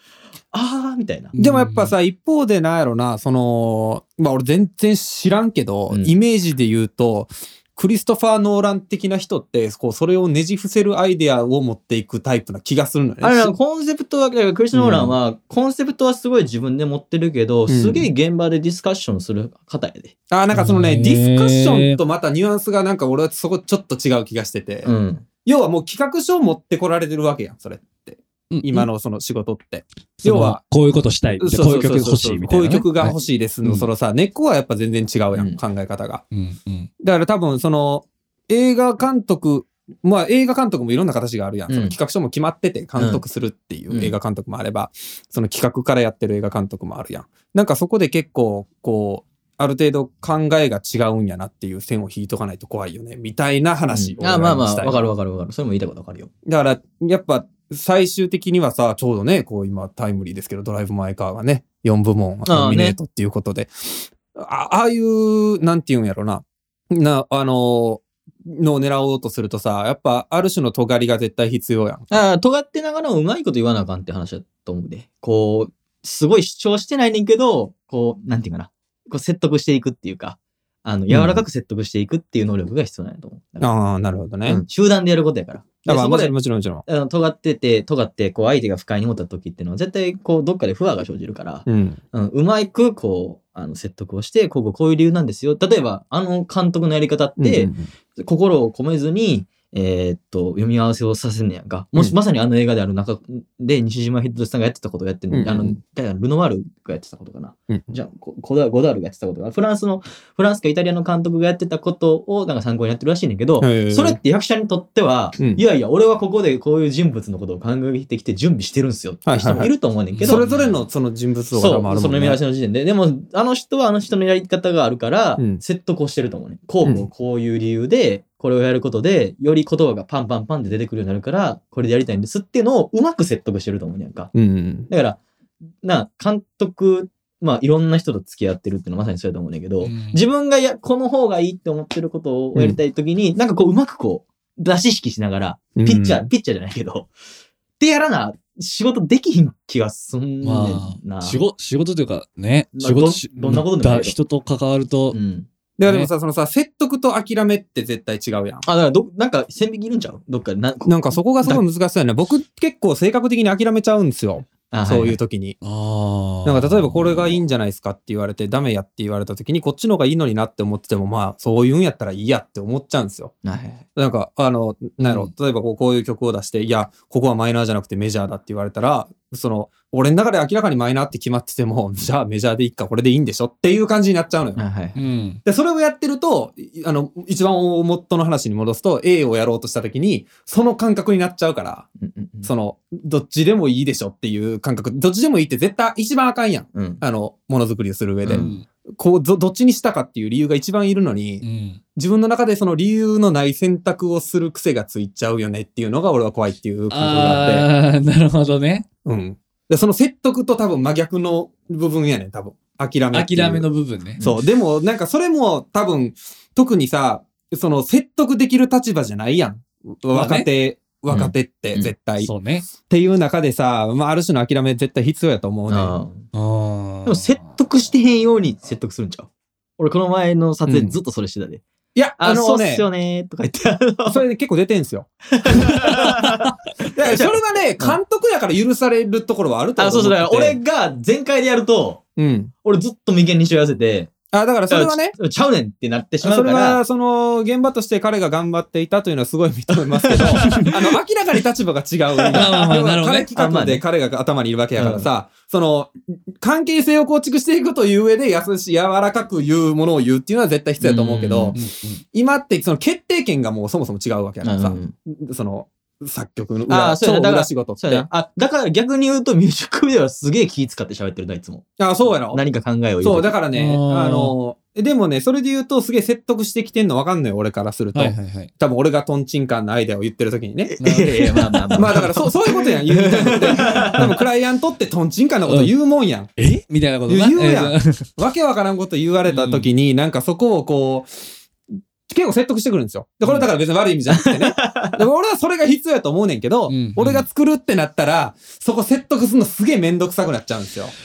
Speaker 2: あー、みたいな。
Speaker 1: でもやっぱ、さ、一方でなんやろな、その、まあ俺全然知らんけど、
Speaker 2: うん
Speaker 1: イメージで言うと、クリストファー・ノーラン的な人って、こう、それをねじ伏せるアイデアを持っていくタイプな気がするのよね。
Speaker 2: あれなんかコンセプトは、だからクリス・ノーランは、コンセプトはすごい自分で持ってるけど、
Speaker 1: ん
Speaker 2: すげえ現場でディスカッションする方やで。
Speaker 1: あーなんかそのね、
Speaker 3: へー
Speaker 1: ディスカッションとまたニュアンスがなんか俺はそこちょっと違う気がしてて、
Speaker 2: うん。
Speaker 1: 要はもう企画書を持ってこられてるわけやん、それ。今
Speaker 3: の、
Speaker 1: のその仕事って。
Speaker 3: 要
Speaker 1: 要
Speaker 3: は
Speaker 1: は、
Speaker 3: こういうことしたい、こう
Speaker 1: そう
Speaker 3: い
Speaker 1: そううそ
Speaker 3: 曲
Speaker 1: う
Speaker 3: 欲しいみた
Speaker 1: こい
Speaker 3: いうな
Speaker 1: う
Speaker 3: ね。
Speaker 1: 曲が欲しいですの、
Speaker 3: はい
Speaker 1: そのさ、根っこはやっぱ全然違うやん、
Speaker 2: うん
Speaker 1: 考え方が。
Speaker 3: うんうん
Speaker 1: だから多分その映画監督、まあ映画監督もいろんな形があるやん。
Speaker 2: うん
Speaker 1: その企画書も決まってて監督するっていううん映画監督もあれば、その企画からやってる映画監督もあるやん。なんかそこで結構こう、ある程度考えが違うんやなっていう線を引いとかないと怖いよね、みたいな話を
Speaker 2: あまあまあ、
Speaker 1: したい
Speaker 2: わかるわかるわかる。それも言いたいことわかるよ。
Speaker 1: だから、やっぱ最終的にはさ、ちょうどね、こう今タイムリーですけど、ドライブ・マイ・カーがね、4部門
Speaker 2: ああ
Speaker 1: ノミネートっていうことで、あああいう、なんていうんやろな、な、あのーのを狙おうとするとさ、やっぱある種の尖りが絶対必要やん。
Speaker 2: ああ、尖ってながらもうまいこと言わなあかんって話だと思うで。こう、すごい主張してないねんけど、こう、なんていうかな。こう説得していくっていうか、あの、柔らかく説得していくっていう能力が必要なんやと思う。だか
Speaker 1: ああ、なるほど
Speaker 2: ら
Speaker 1: ね。
Speaker 2: うん集団でやることやから。
Speaker 1: だ
Speaker 2: で
Speaker 1: から
Speaker 2: そ
Speaker 1: も
Speaker 2: こ
Speaker 1: ちろ
Speaker 2: で
Speaker 1: ん、もちろん、もちろん。
Speaker 2: あの尖ってて、尖って、こう、相手が不快に思った時っていうのは、絶対、こう、どっかで不和が生じるから、
Speaker 1: うん。
Speaker 2: うん、うまく、こあの説得をして、こうこうこういう理由なんですよ。例えば、あの監督のやり方っ
Speaker 1: うん
Speaker 2: て、
Speaker 1: うんうん
Speaker 2: 心を込めずに、えーっと、読み合わせをさせんねやんか。もし、
Speaker 1: うん
Speaker 2: まさにあの映画である中で、西島秀俊さんがやってたことをやってる、
Speaker 1: うんうん
Speaker 2: あの、だからルノワールがやってたことかな。
Speaker 1: うん
Speaker 2: じゃあ、ゴゴダゴダールがやってたことかな。フランスの、フランスかイタリアの監督がやってたことを、なんか参考にやってるらしいねんだけど、
Speaker 1: へー
Speaker 2: それって役者にとっては、
Speaker 1: うん
Speaker 2: いやいや、俺はここでこういう人物のことを考えてきて準備してるんすよって人もいると思うねんけど、
Speaker 1: それぞれのその人物像
Speaker 2: そ
Speaker 1: が
Speaker 2: う、
Speaker 1: まあある
Speaker 2: そ
Speaker 1: もん
Speaker 2: の
Speaker 1: ね
Speaker 2: 見出しの時点で。でも、あの人はあの人のやり方があるから
Speaker 1: う、ん
Speaker 2: 説得をしてると思うね。こうこ
Speaker 1: う
Speaker 2: うんこういう理由で、これをやることで、より言葉がパンパンパンって出てくるようになるから、これでやりたいんですっていうのをうまく説得してると思うねやんか。
Speaker 1: うんうん
Speaker 2: だから、な、監督、まあ、いろんな人と付き合ってるっていうのはまさにそうやと思うねんだけど、
Speaker 3: うん
Speaker 2: 自分がや、この方がいいって思ってることをやりたいときに、なんかこう、うまくこう、出し引きしながら、
Speaker 1: うん
Speaker 2: ピッチャー、ピッチャーじゃないけど、ってやらな、仕事できひん気がすんねん
Speaker 3: ま
Speaker 2: な。
Speaker 3: あ、仕事、仕事というかね、
Speaker 2: まあ
Speaker 3: 仕事
Speaker 2: ど
Speaker 3: し、
Speaker 2: どんなことでもいいよ
Speaker 3: だ人と関わると
Speaker 2: う、ん。
Speaker 1: いやでもさそのさ説得と諦めって絶対違うやん
Speaker 2: あ、だからど、なんか線引きいるんちゃうどっかでな、こ
Speaker 1: なんかそこがすごい難しそうやね僕結構性格的に諦めちゃうんですよ
Speaker 2: あ
Speaker 1: そういう
Speaker 2: う。
Speaker 1: 時に
Speaker 3: ああ。
Speaker 1: なんか例えばこれがいい
Speaker 3: い。
Speaker 1: んじゃないですかって言われてダメやって言われた時にこっちの方がいいのになって思っててもまあそういうんやったらいいやって思っちゃうんですよ。
Speaker 2: はいはいはい
Speaker 1: なんかあのなんやろ
Speaker 3: うん
Speaker 1: 例えばこうこういう曲を出していやここはマイナーじゃなくてメジャーだって言われたらその俺の中で明らかにマイナーって決まってても じゃあメジャーでいっかこれでいいんでしょっていう感じになっちゃうのよ。
Speaker 2: はいはい。
Speaker 3: うん。
Speaker 1: で、それをやってると、いあの、一番大元の話に戻すと、A をやろうとした時に、その感覚になっちゃうから、
Speaker 2: うんうんうん
Speaker 1: その、どっちでもいいでしょっていう感覚、どっちでもいいって絶対一番あかんやん。
Speaker 2: うん。
Speaker 1: あの、ものづくりをする上で。
Speaker 3: うん
Speaker 1: こうど、どっちにしたかっていう理由が一番いるの
Speaker 3: う
Speaker 1: に、
Speaker 3: ん。
Speaker 1: 自分の中でその理由のない選択をする癖がついちゃうよねっていうのが俺は怖いっていう感覚があって。
Speaker 3: ああ、なるほどね。
Speaker 1: うん。で、その説得と多分真逆の部分やねん、多分。諦めっていう。
Speaker 3: 諦めの部分ね。
Speaker 1: そう。でも、なんかそれも多分、特にさ、その説得できる立場じゃないやん。
Speaker 3: まあね
Speaker 1: 若手、若手っ
Speaker 2: う
Speaker 1: て
Speaker 2: ん
Speaker 1: 絶対。っ
Speaker 3: そうね。
Speaker 1: ていう中でさ、まあ、ある種の諦め絶対必要やと思うね。
Speaker 2: あ
Speaker 3: で
Speaker 2: あ
Speaker 3: も
Speaker 2: でも説得してへんように説得するんちゃう俺この前の撮影ずっとそれしてたで。
Speaker 1: いや、
Speaker 2: あ
Speaker 1: あ
Speaker 2: の、そ
Speaker 1: の
Speaker 2: うっ
Speaker 1: ね
Speaker 2: す、よねーとか 言って。あの
Speaker 1: それで結構出てんすよ。だから それがね、監督やから許されるところはあると思
Speaker 2: あ、
Speaker 1: う。
Speaker 2: そうそう。だから俺、が全開でやると、
Speaker 1: うん。
Speaker 2: 俺ずっと眉間にしわ寄せて、
Speaker 1: あ、だからそれはね、
Speaker 2: ちちゃうねんってなってしま
Speaker 1: そう
Speaker 2: か
Speaker 1: れ
Speaker 2: ら
Speaker 1: は、、その、現場として彼が頑張っていたというのはすごい認めますけ ど、あの、明らかに立場が違う。
Speaker 3: まあまあまあなるほどね
Speaker 1: 彼企
Speaker 2: あま
Speaker 1: 画
Speaker 2: あね
Speaker 1: で彼が頭にいるわけやからさ、その、関係性を構築していくという上で、優しい、柔らかく言うものを言うっていうのは絶対必要だと思うけ
Speaker 2: うん
Speaker 1: ど
Speaker 3: う、ん
Speaker 1: 今ってその決定権がもうそもそも違うわけやからさ
Speaker 2: う、ん
Speaker 1: その、作曲の裏、
Speaker 2: あーそうや
Speaker 1: 超
Speaker 2: なだから
Speaker 1: 裏仕事っ
Speaker 2: そうや
Speaker 1: て
Speaker 2: な。。あ、だから逆に言うとミュージックビデオはすげえ気使って喋ってるな、いつも。
Speaker 1: あ、そうやろ。
Speaker 2: 何か考えを言うとき。
Speaker 1: そう、だからね、
Speaker 3: あー
Speaker 1: あの、でもね、それで言うとすげえ説得してきてんのわかんない俺からすると
Speaker 3: は。いはいはい。
Speaker 1: 多分俺がトンチンカンのアイデアを言ってる時にね。
Speaker 2: いやいやいやまあまあまあ。
Speaker 1: まあだからそう、そういうことやん。言うてんのって。 多分クライアントってトンチンカンのこと言うもんやん。
Speaker 3: えみたいなことな
Speaker 1: 言うやん
Speaker 3: えー
Speaker 1: わけわからんこと言われた時に、なんかそこをこう、結構説得してくるんですよ。で、これだから別に悪い意味じゃなくて ね。でも俺はそれが必要やと思うねんけど、
Speaker 3: うんうん
Speaker 1: 俺が作るってなったら、そこ説得するのすげえめんどくさくなっちゃうんですよ。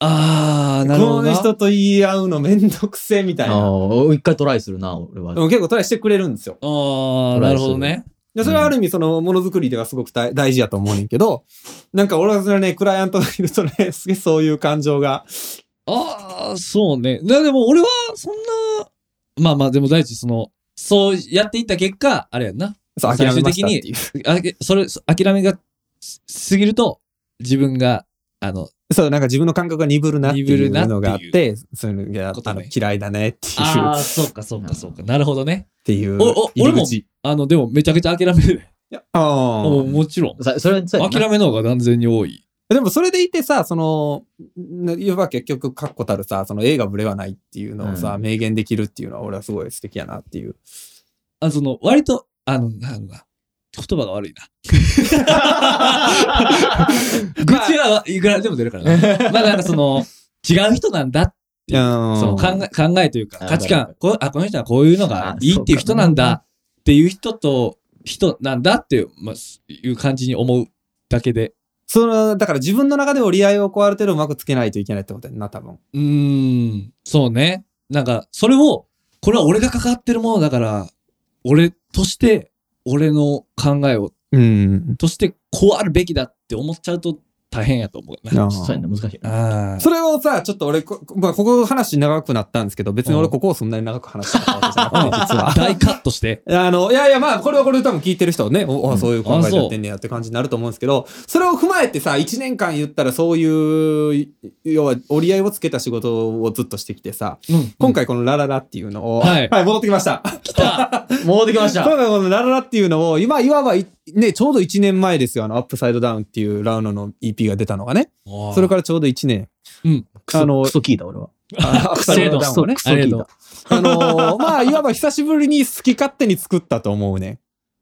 Speaker 3: ああ、
Speaker 1: こ
Speaker 3: なるほどな。
Speaker 1: の人と言い合うのめんどくせえみたいな。
Speaker 2: ああ一回トライするな、俺は
Speaker 1: で。も結構トライしてくれるんですよ。
Speaker 3: ああ、なるほどね。
Speaker 1: でそれはある意味そのものづくりではすごく大大事やと思うねんけど、なんか俺はそれね、クライアントがいるとね、 すげえそういう感情が。
Speaker 3: ああ、そうね。なでも俺は、そんな、まあまあ、でも第一、その、そうやっていった結果、あれやんな。
Speaker 1: そう、諦めましたっていう。
Speaker 3: あけそれ、そ諦めがすすぎると、自分が、あの、
Speaker 1: そう、なんか自分の感覚が鈍るなって
Speaker 3: 鈍
Speaker 1: いう
Speaker 3: るなっていう
Speaker 1: のがあって、そういうのが、
Speaker 3: こと
Speaker 1: あの
Speaker 3: ね
Speaker 1: 嫌いだねっていう、
Speaker 3: あ
Speaker 1: っ
Speaker 3: あ、そうかそうかそうか。なるほどね。
Speaker 1: ていう
Speaker 3: おお
Speaker 1: 入り口。
Speaker 3: あの、でもめちゃくちゃ諦める。
Speaker 1: いやあ
Speaker 3: もう
Speaker 1: ー
Speaker 3: もちろん。
Speaker 2: さそれ、そうやな
Speaker 3: 諦めの方が断然に多い。
Speaker 1: でもそれでいてさ、その、いわば結局、確固たるさ、その映画ぶれはないっていうのをさ、
Speaker 2: うん
Speaker 1: 明言できるっていうのは俺はすごい素敵やなっていう。
Speaker 3: あ、その、割と、あの、なんだ、言葉が悪いな。愚痴はいくらでも出るから な。まあ、なんかその、違う人なんだっていう
Speaker 1: うん
Speaker 3: その考え、考えというか、
Speaker 2: あ
Speaker 3: 価値
Speaker 2: なる
Speaker 3: 観、こうあ、この人はこういうのがいいっていう人なんだっていう人と、人なんだっていう、まあ、いう感じに思うだけで。
Speaker 1: その、だから自分の中で折り合いをこうある程度うまくつけないといけないってことやんな、多分。
Speaker 3: うーん、そうね。なんか、それを、これは俺が関わってるものだから、俺として、俺の考えを、
Speaker 1: うん。
Speaker 3: としてこうあるべきだって思っちゃうと、大変やと思うな。
Speaker 1: あ
Speaker 2: そう
Speaker 1: ー
Speaker 2: やね、難しい。
Speaker 3: あ
Speaker 1: それをさ、ちょっと俺、こまあ、ここ話長くなったんですけど、別に俺ここをそんなに長く話したかったわけじゃなくて、実
Speaker 3: あ。
Speaker 1: は。
Speaker 3: 大カットして。
Speaker 1: あの、いやいや、まあ、これはこれで多分聞いてる人はね、おあそういう考
Speaker 3: あ
Speaker 1: え
Speaker 3: そう
Speaker 1: やってんねやって感じになると思うんですけど、それを踏まえてさ、1年間言ったらそういう、い要は折り合いをつけた仕事をずっとしてきてさ、
Speaker 3: うん
Speaker 1: 今回このラララっていうのを、
Speaker 3: はい
Speaker 1: 戻ってきました。
Speaker 2: 来 た戻ってきまし
Speaker 1: 今
Speaker 2: た。
Speaker 1: 回このラララっていうのを、今、いわばい、ね、ちょうど1年前ですよ、あの、アップサイドダウンっていうラウナの EP が出たのがね、それ
Speaker 3: か
Speaker 1: からちょうど1年。
Speaker 3: うん
Speaker 2: ク
Speaker 1: あ
Speaker 2: ソ
Speaker 1: の
Speaker 2: ク、ソ聞いた、俺は。
Speaker 1: あアップサイドダウンをね
Speaker 2: ク。ソ聞
Speaker 3: あり
Speaker 2: い
Speaker 3: がと
Speaker 2: た
Speaker 3: う。
Speaker 1: あのーまあ、いわば久しぶりに好き勝手に作ったと思うね。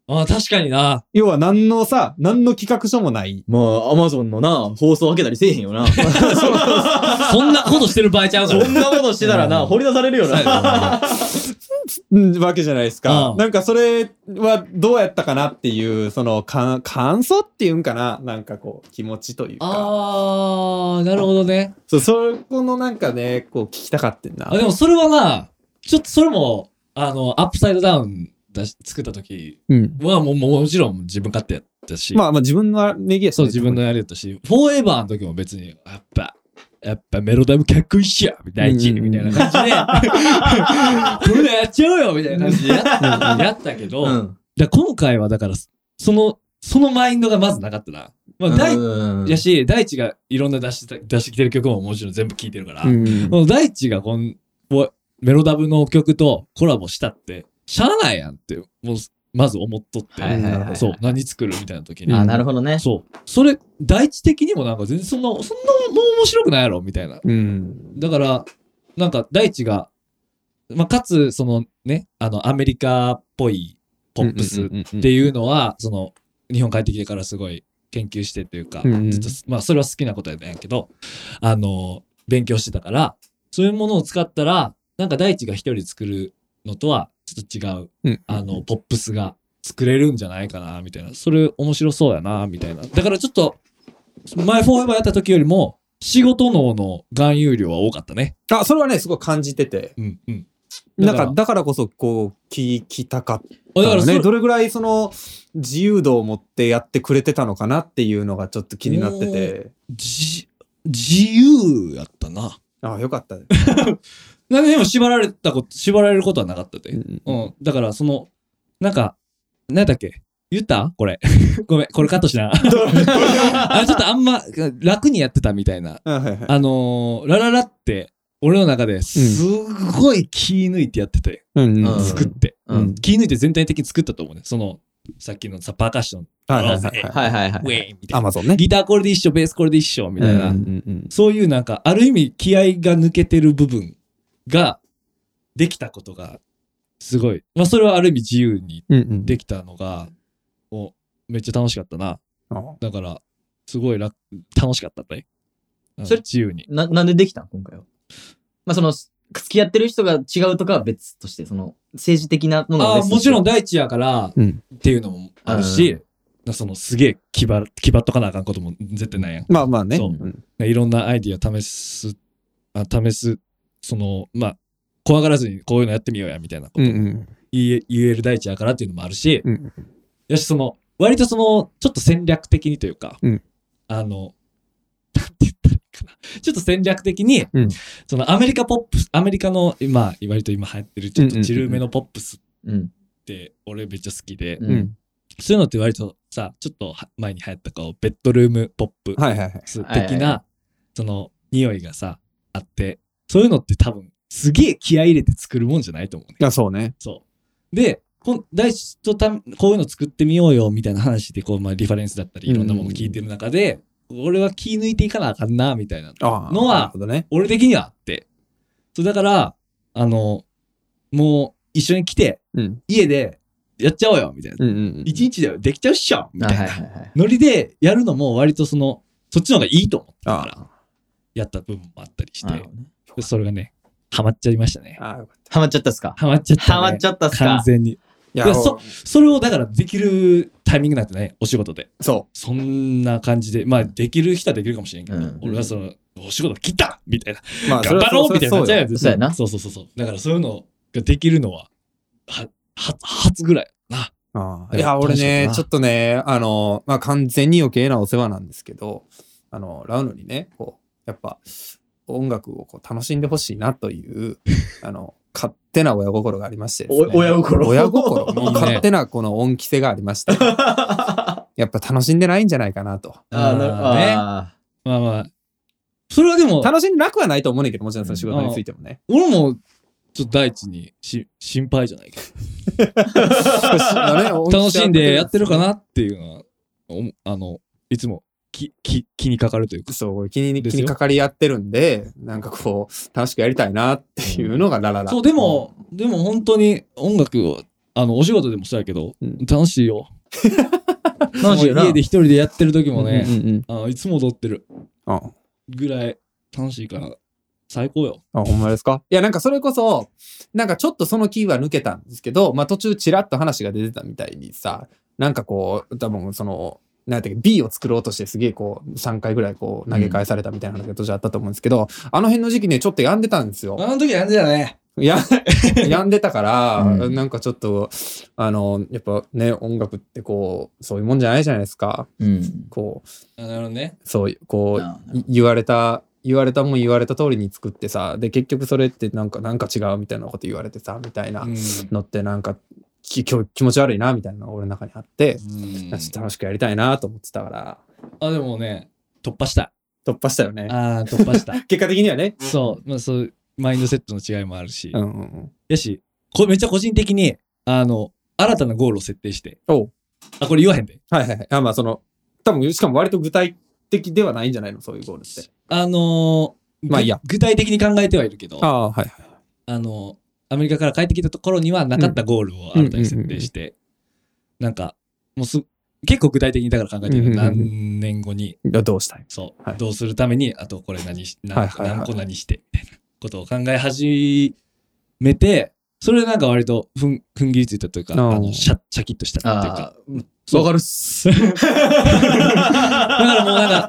Speaker 3: あー確かにな。
Speaker 1: 要は何のさ、何の企画書もない。
Speaker 2: まあ、アマゾンのな、放送開けたりせえへんよ な。
Speaker 3: そんなことしてる場合ちゃうか
Speaker 2: そ
Speaker 3: ら。
Speaker 2: んなことしてたらな、掘り出されるよな。
Speaker 1: うんわけじゃないですか。
Speaker 3: うん
Speaker 1: なんかそれはどうやったかなっていう、その感、感想っていうんかななんかこう、気持ちというか。
Speaker 3: ああ、なるほどね。
Speaker 1: そう、そこのなんかね、こう聞きたかってんな
Speaker 3: あ。でもそれはな、ちょっとそれも、あの、アップサイドダウンだし作った時
Speaker 1: うん。
Speaker 3: はもう、もうもちろん自分勝手やったし、
Speaker 1: まあまあ自分のネギやし
Speaker 3: そう自分のやりやったし、フォーエバーの時も別に、やっぱ、やっぱメロダムかっこいいっしょみたいな、
Speaker 1: うん
Speaker 3: みたいな感 じで、これやっちゃおうよみたいな感じでやったやったけど、
Speaker 2: うん。
Speaker 3: だから今回はだから、その、そのマインドがまずなかったな。まあ、大
Speaker 2: うん
Speaker 3: やし、大地がいろんな出してた出してきてる曲ももちろん全部聴いてるから、
Speaker 1: うん
Speaker 3: こ。の大地がこのおメロダブの曲とコラボしたって、しゃあないやんって、もう、まず思っとって、
Speaker 2: はいはいはいはい
Speaker 3: そう、何作るみたいな時に。
Speaker 2: あ、なるほどね。
Speaker 3: そう。それ、第一的にもなんか全然そんな、そんなもう面白くないやろみたいな。
Speaker 1: うん。
Speaker 3: だから、なんか第一が、まあ、かつ、そのね、あの、アメリカっぽいポップスっ
Speaker 1: って
Speaker 3: いうのは、その、日本帰ってきてからすごい研究してっていうか、
Speaker 1: うんうん
Speaker 3: ずっとまあ、それは好きなことやねんけど、あの、勉強してたから、そういうものを使ったら、なんか第一が一人作るのとは、ちょっと違う
Speaker 1: うん、
Speaker 3: あの、ポップスが作れるんじゃないかな、みたいな。それ面白そうやな、みたいな。だからちょっと、前フォーエバーやった時よりも、仕事脳の含有量は多かったね。
Speaker 1: あ、それはね、すごい感じてて。
Speaker 3: うんうん。
Speaker 1: なん
Speaker 3: だか
Speaker 1: か、
Speaker 3: ら
Speaker 1: だからこそ、こう、聞きたかっ
Speaker 3: あだ
Speaker 1: だ
Speaker 3: から
Speaker 1: から
Speaker 3: それ
Speaker 1: ね、どれぐらいその自由度を持ってやってくれてたのかなっていうのがちょっと気になってて。
Speaker 3: じ自由やったな。
Speaker 1: ああ、よか った。う
Speaker 3: なんででも縛られたこと、縛られることはなかったで。
Speaker 1: ん
Speaker 3: うん。だから、その、なんか、なんだっけ言ったこれ。 ごめん、これカットしな。 あちょっとあんま楽にやってたみたいな。
Speaker 1: あはいはい
Speaker 3: あのーラララって、俺の中ですごい気抜いてやってて、
Speaker 1: うん
Speaker 2: うん
Speaker 3: 作って、
Speaker 2: うん
Speaker 3: 気抜いて全体的に作ったと思うね。その、さっきのさ、パーカッション、
Speaker 1: はいはいはいはい。
Speaker 2: はいはいは
Speaker 3: ウ
Speaker 2: い。
Speaker 3: ェイみた
Speaker 1: ア
Speaker 3: いな。
Speaker 1: マゾンね。
Speaker 3: ギターこれで一緒、ベースこれで一緒、みたいな。
Speaker 1: うんうんうん
Speaker 3: そういうなんか、ある意味気合が抜けてる部分ができたことが、すごい。まあ、それはある意味自由に
Speaker 1: うんうん
Speaker 3: できたのが、おめっちゃ楽しかったな。
Speaker 1: あ
Speaker 3: だから、すごい楽、楽しかったね。うん
Speaker 2: それ
Speaker 3: 自由に。
Speaker 2: な、なんでできたん今回は。まあ、その、付き合ってる人が違うとかは別として、その、政治的なものは
Speaker 3: ああ、
Speaker 2: 別と
Speaker 3: も
Speaker 2: して
Speaker 3: ちろん第一やからっ
Speaker 1: うん
Speaker 3: ていうのもあるし、なそのすげえ気張気張っとかなあかんことも絶対ないやん。
Speaker 1: まあまあね。
Speaker 3: そう
Speaker 1: うん
Speaker 3: ねいろんなアイディア試す、あ試す、その、まあ、怖がらずにこういうのやってみようやみたいなこ
Speaker 1: う
Speaker 3: と
Speaker 1: ん
Speaker 3: 言え,、言える第一やからっていうのもあるし、
Speaker 1: うんうん
Speaker 3: よし、その、割とその、ちょっと戦略的にというか、
Speaker 1: うん
Speaker 3: あの、なんて言ったらいいかな。ちょっと戦略的に、
Speaker 1: うん
Speaker 3: そのアメリカポップス、アメリカの、まあ、割と今流行ってる、ちょっとチルめのポップスっ
Speaker 2: うん。
Speaker 3: て、俺めっちゃ好きで、
Speaker 2: うん。
Speaker 3: そういうのって割とさ、ちょっとは前に流行ったこう、ベッドルームポップ
Speaker 1: はいはいはい。
Speaker 3: ス
Speaker 2: はいはい
Speaker 3: 的な、その、匂いがさ、あって、そういうのって多分、すげえ気合い入れて作るもんじゃないと思うね。
Speaker 1: いや、そうね。
Speaker 3: そう。で、こん第一とたこういうの作ってみようよみたいな話でこう、まあ、リファレンスだったりいろんなもの聞いてる中で、俺は気抜いていかなあかんなみたいな
Speaker 1: ああ。
Speaker 3: のは
Speaker 1: なるほどね。
Speaker 3: 俺的にはあってそうだからあのもう一緒に来て
Speaker 1: うん。
Speaker 3: 家でやっちゃおうよみたいな
Speaker 1: うんうん。
Speaker 3: 一、日だよできちゃうっしょみ
Speaker 2: あ
Speaker 3: た
Speaker 2: はいい
Speaker 3: な、
Speaker 2: はいはい。
Speaker 3: ノリでやるのも割とそのそっちの方がいいと思ったか
Speaker 1: あ
Speaker 3: らやった部分もあったりし
Speaker 2: なる
Speaker 3: て
Speaker 2: ほどね
Speaker 3: でそれがねハマっちゃいましたね
Speaker 1: あ。ああ、よかっ
Speaker 2: ハマっちゃったっすか
Speaker 3: ハマっちゃった、ね、
Speaker 2: ハマっちゃったっす
Speaker 3: 完
Speaker 2: か
Speaker 3: 全に
Speaker 1: た。い
Speaker 3: い
Speaker 1: や、
Speaker 3: や
Speaker 1: そ
Speaker 3: そそれをだからできるタイミングなんてね、お仕事で。
Speaker 1: そ
Speaker 3: そんな感じで、まあできる人はできるかもしれんけど、
Speaker 2: うん
Speaker 3: 俺はその、お仕事来たみたいな、
Speaker 1: う。ま
Speaker 3: 頑張ろうみたいな
Speaker 1: そ
Speaker 3: 感
Speaker 1: う
Speaker 3: じ
Speaker 1: だ
Speaker 3: や
Speaker 1: よ
Speaker 3: ん
Speaker 2: そうやな
Speaker 3: そうそうそうそう。だからそういうのができるのは、は、は、初ぐらいやな。
Speaker 1: ああ
Speaker 3: いや
Speaker 1: いや、俺ね
Speaker 3: 楽しかったな、
Speaker 1: ちょっとね、あの、まあ、完全に余計なお世話なんですけど、あの、ラウヌにね、こう、やっぱ、音楽をこう楽しんでほしいなと いう、あの、勝手な親心がありましてですね、
Speaker 2: お親心
Speaker 1: 親心。
Speaker 3: いいね
Speaker 1: 勝手なこの恩着せがありま して、
Speaker 2: あ
Speaker 1: やっぱ楽しんでないんじゃないかなと。
Speaker 2: ーなる
Speaker 3: あーね
Speaker 2: あ
Speaker 3: まあまあ。それはでも、
Speaker 1: 楽しんでなくはないと思うねんけど、もちろんその仕事についても ね。
Speaker 3: 俺も、ちょっと第一にし心配じゃないけど、楽しんでやってるかなっていうのは、おもあの、いつもきき気にかかるというか。
Speaker 1: そう、これ気に
Speaker 3: です
Speaker 1: 気
Speaker 3: よ
Speaker 1: にかかり合ってるんで、なんかこう、楽しくやりたいなっていうのがラララ。
Speaker 3: そう、でも、でも本当に音楽を、あの、お仕事でもしたいけど、
Speaker 1: うん
Speaker 3: 楽しいよ。
Speaker 2: ー楽しいよな
Speaker 3: もう家で一人でやってる時
Speaker 1: うん、
Speaker 3: もね、
Speaker 1: うんうん
Speaker 3: あのいつも踊ってる
Speaker 1: うん。あ
Speaker 3: ぐらい楽しいから、最高よ。
Speaker 1: あ、ほんまですかいや、なんかそれこそ、なんかちょっとそのキーは抜けたんですけど、まあ途中チラッと話が出てたみたいにさ、なんかこう、多分その、なんていうか B を作ろうとしてすげえこう、3回ぐらいこう投げ返されたみたいな話が途中あったと思うんですけど、あの辺の時期ね、ちょっと病んでたんですよ。
Speaker 3: あの時なんじゃね。
Speaker 1: や、 病んでたから、
Speaker 2: うん
Speaker 1: なんかちょっと、あの、やっぱね、音楽ってこう、そういうもんじゃないじゃないですか。
Speaker 2: うん
Speaker 1: こう、
Speaker 3: あなるほどね。
Speaker 1: そう、こ
Speaker 2: あ
Speaker 1: う、い言われた、言われたもん言われた通りに作ってさ、で、結局それってなんか、なんか違うみたいなこと言われてさ、みたいな
Speaker 3: うん
Speaker 1: のってなんか、き今日気持ち悪いな、みたいなのが俺の中にあって、
Speaker 3: うん
Speaker 1: ちょっと楽しくやりたいなと思ってたから、
Speaker 3: あ、でもね、突破した。
Speaker 1: 突破したよね。
Speaker 3: ああ、突破した。
Speaker 1: 結果的にはね。
Speaker 3: そう、まあそう、マインドセットの違いもあるし、
Speaker 1: うんうんうん。
Speaker 3: やし、こめっちゃ個人的に、あの、新たなゴールを設定して、
Speaker 1: おう
Speaker 3: あ、これ言わへんで。
Speaker 1: はいはいはい。あ、まあその、多分、しかも割と具体的ではないんじゃないの、そういうゴールって。
Speaker 3: あのー
Speaker 1: まあいいや
Speaker 3: ぐ具体的に考えてはいるけど、あ
Speaker 1: あ、はいはい。
Speaker 3: の、アメリカから帰ってきたところにはなかったゴールを新たに設定して、なんか、もうす、結構具体的にだから考えてる、
Speaker 1: うんうんうん
Speaker 3: 何年後に、
Speaker 1: いやどうしたい
Speaker 3: そう、
Speaker 1: はい
Speaker 3: どうするために、あとこれ何し、何,、
Speaker 1: はいはいはい
Speaker 3: 何個何して、みたいなことを考え始めて、それでなんか割とふん、ふんぎりついたというか、
Speaker 1: あー
Speaker 3: あの、シャッ、シャキッとしたっていうか、
Speaker 2: あー
Speaker 3: そう
Speaker 2: わかるっす
Speaker 3: だからもうなんか、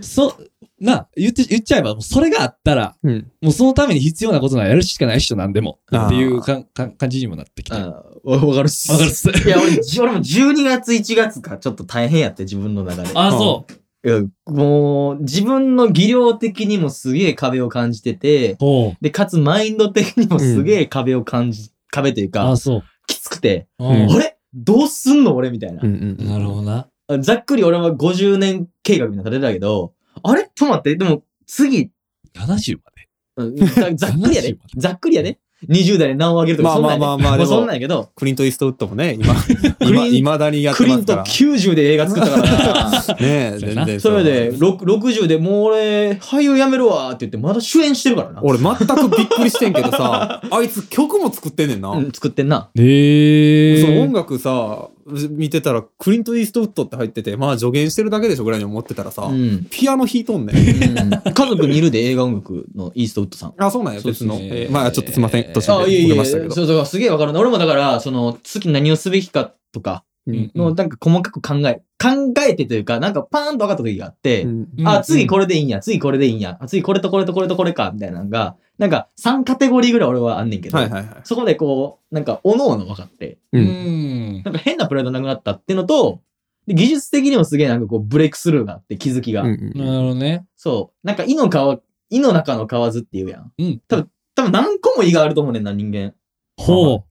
Speaker 3: そ、な、言って、言っちゃえば、もうそれがあったら、
Speaker 1: うん。
Speaker 3: もうそのために必要なことならやるしかない人なんでも、
Speaker 1: あー
Speaker 3: っていうかんかん感じにもなってきて。わ
Speaker 2: あーわわかるっす
Speaker 3: かるっす。
Speaker 2: いや俺じ俺も12月1月かちょっと大変やって自分の中で
Speaker 3: あ、そう。
Speaker 2: いやもう自分の技量的にもすげえ壁を感じてて
Speaker 3: ほう。
Speaker 2: でかつマインド的にもすげえ壁を感じ、壁というか
Speaker 3: あ、そう。
Speaker 2: きつくて、
Speaker 1: うん
Speaker 2: あれどうすんの俺みたいな
Speaker 1: う、んうん。
Speaker 3: なるほどな。
Speaker 2: ざっくり俺は50年計画みたいなの立てたけど、あれちょっと待って、でも次、
Speaker 3: 70
Speaker 2: う
Speaker 3: まで。
Speaker 2: ん ざざっくりや
Speaker 3: 70
Speaker 2: で
Speaker 3: まで。
Speaker 2: ざっくりやで。20代で何を上げるとか
Speaker 1: まあ
Speaker 2: そんなんやで。
Speaker 1: まあまあまあ
Speaker 2: もう
Speaker 1: でも
Speaker 2: そんなんやけど、
Speaker 1: クリント・イーストウッドもね、 今、
Speaker 2: クリ
Speaker 1: 今
Speaker 2: ン
Speaker 1: いまだにやっ
Speaker 2: ク
Speaker 1: て
Speaker 2: リ
Speaker 1: ま
Speaker 2: ン
Speaker 1: すか
Speaker 2: ト
Speaker 1: ら。
Speaker 2: 90で映画作った から
Speaker 1: ね
Speaker 2: な。
Speaker 1: え、
Speaker 3: そうや
Speaker 1: 全
Speaker 3: な
Speaker 1: 然
Speaker 2: それで、
Speaker 1: う
Speaker 2: ろく60でもう俺、俳優辞めるわって言って、まだ主演してるからな。
Speaker 1: 俺全くびっくりしてんけど さ、あいつ曲も作ってんねんな。
Speaker 2: うん、作ってんな。
Speaker 3: え
Speaker 1: その音楽さ、見てたら、クリント・イーストウッドって入ってて、まあ助言してるだけでしょぐらいに思ってたらさ、
Speaker 2: うん。
Speaker 1: ピアノ弾いとんねん。
Speaker 2: うん家族にいるで映画音楽のイーストウッドさん。
Speaker 1: あ、そうなんや、
Speaker 3: そうっ
Speaker 1: 別
Speaker 3: すね
Speaker 1: の。えーまあちょっとすいません、年
Speaker 2: あ、いえいえ、
Speaker 1: まし
Speaker 2: そ
Speaker 1: たけ
Speaker 2: う
Speaker 1: ど。
Speaker 2: そう、すげえわかるな。俺もだから、その、次何をすべきかとか、
Speaker 1: うん
Speaker 2: の、なんか細かく考え、考えてというか、なんかパーンと分かった時があって、
Speaker 1: うん
Speaker 2: あ、次これでいいんや、次これでいいんや、あ次これとこれとこれとこれか、みたいなのが、なんか3カテゴリーぐらい俺はあんねんけど、
Speaker 1: はいはいはい。
Speaker 2: そこでこう、なんか、おのおの分かって、
Speaker 1: う。
Speaker 3: うんん。
Speaker 2: なんか変なプライドなくなったってのと、で技術的にもすげえなんかこう、ブレイクスルーがあって、気づきが。
Speaker 1: うん
Speaker 3: なるほどね。
Speaker 2: そう。なんか、胃の皮、胃の中の皮ずって言うやん。
Speaker 3: うん。
Speaker 2: 多分何個も胃があると思うねんな、人間。
Speaker 3: ほう。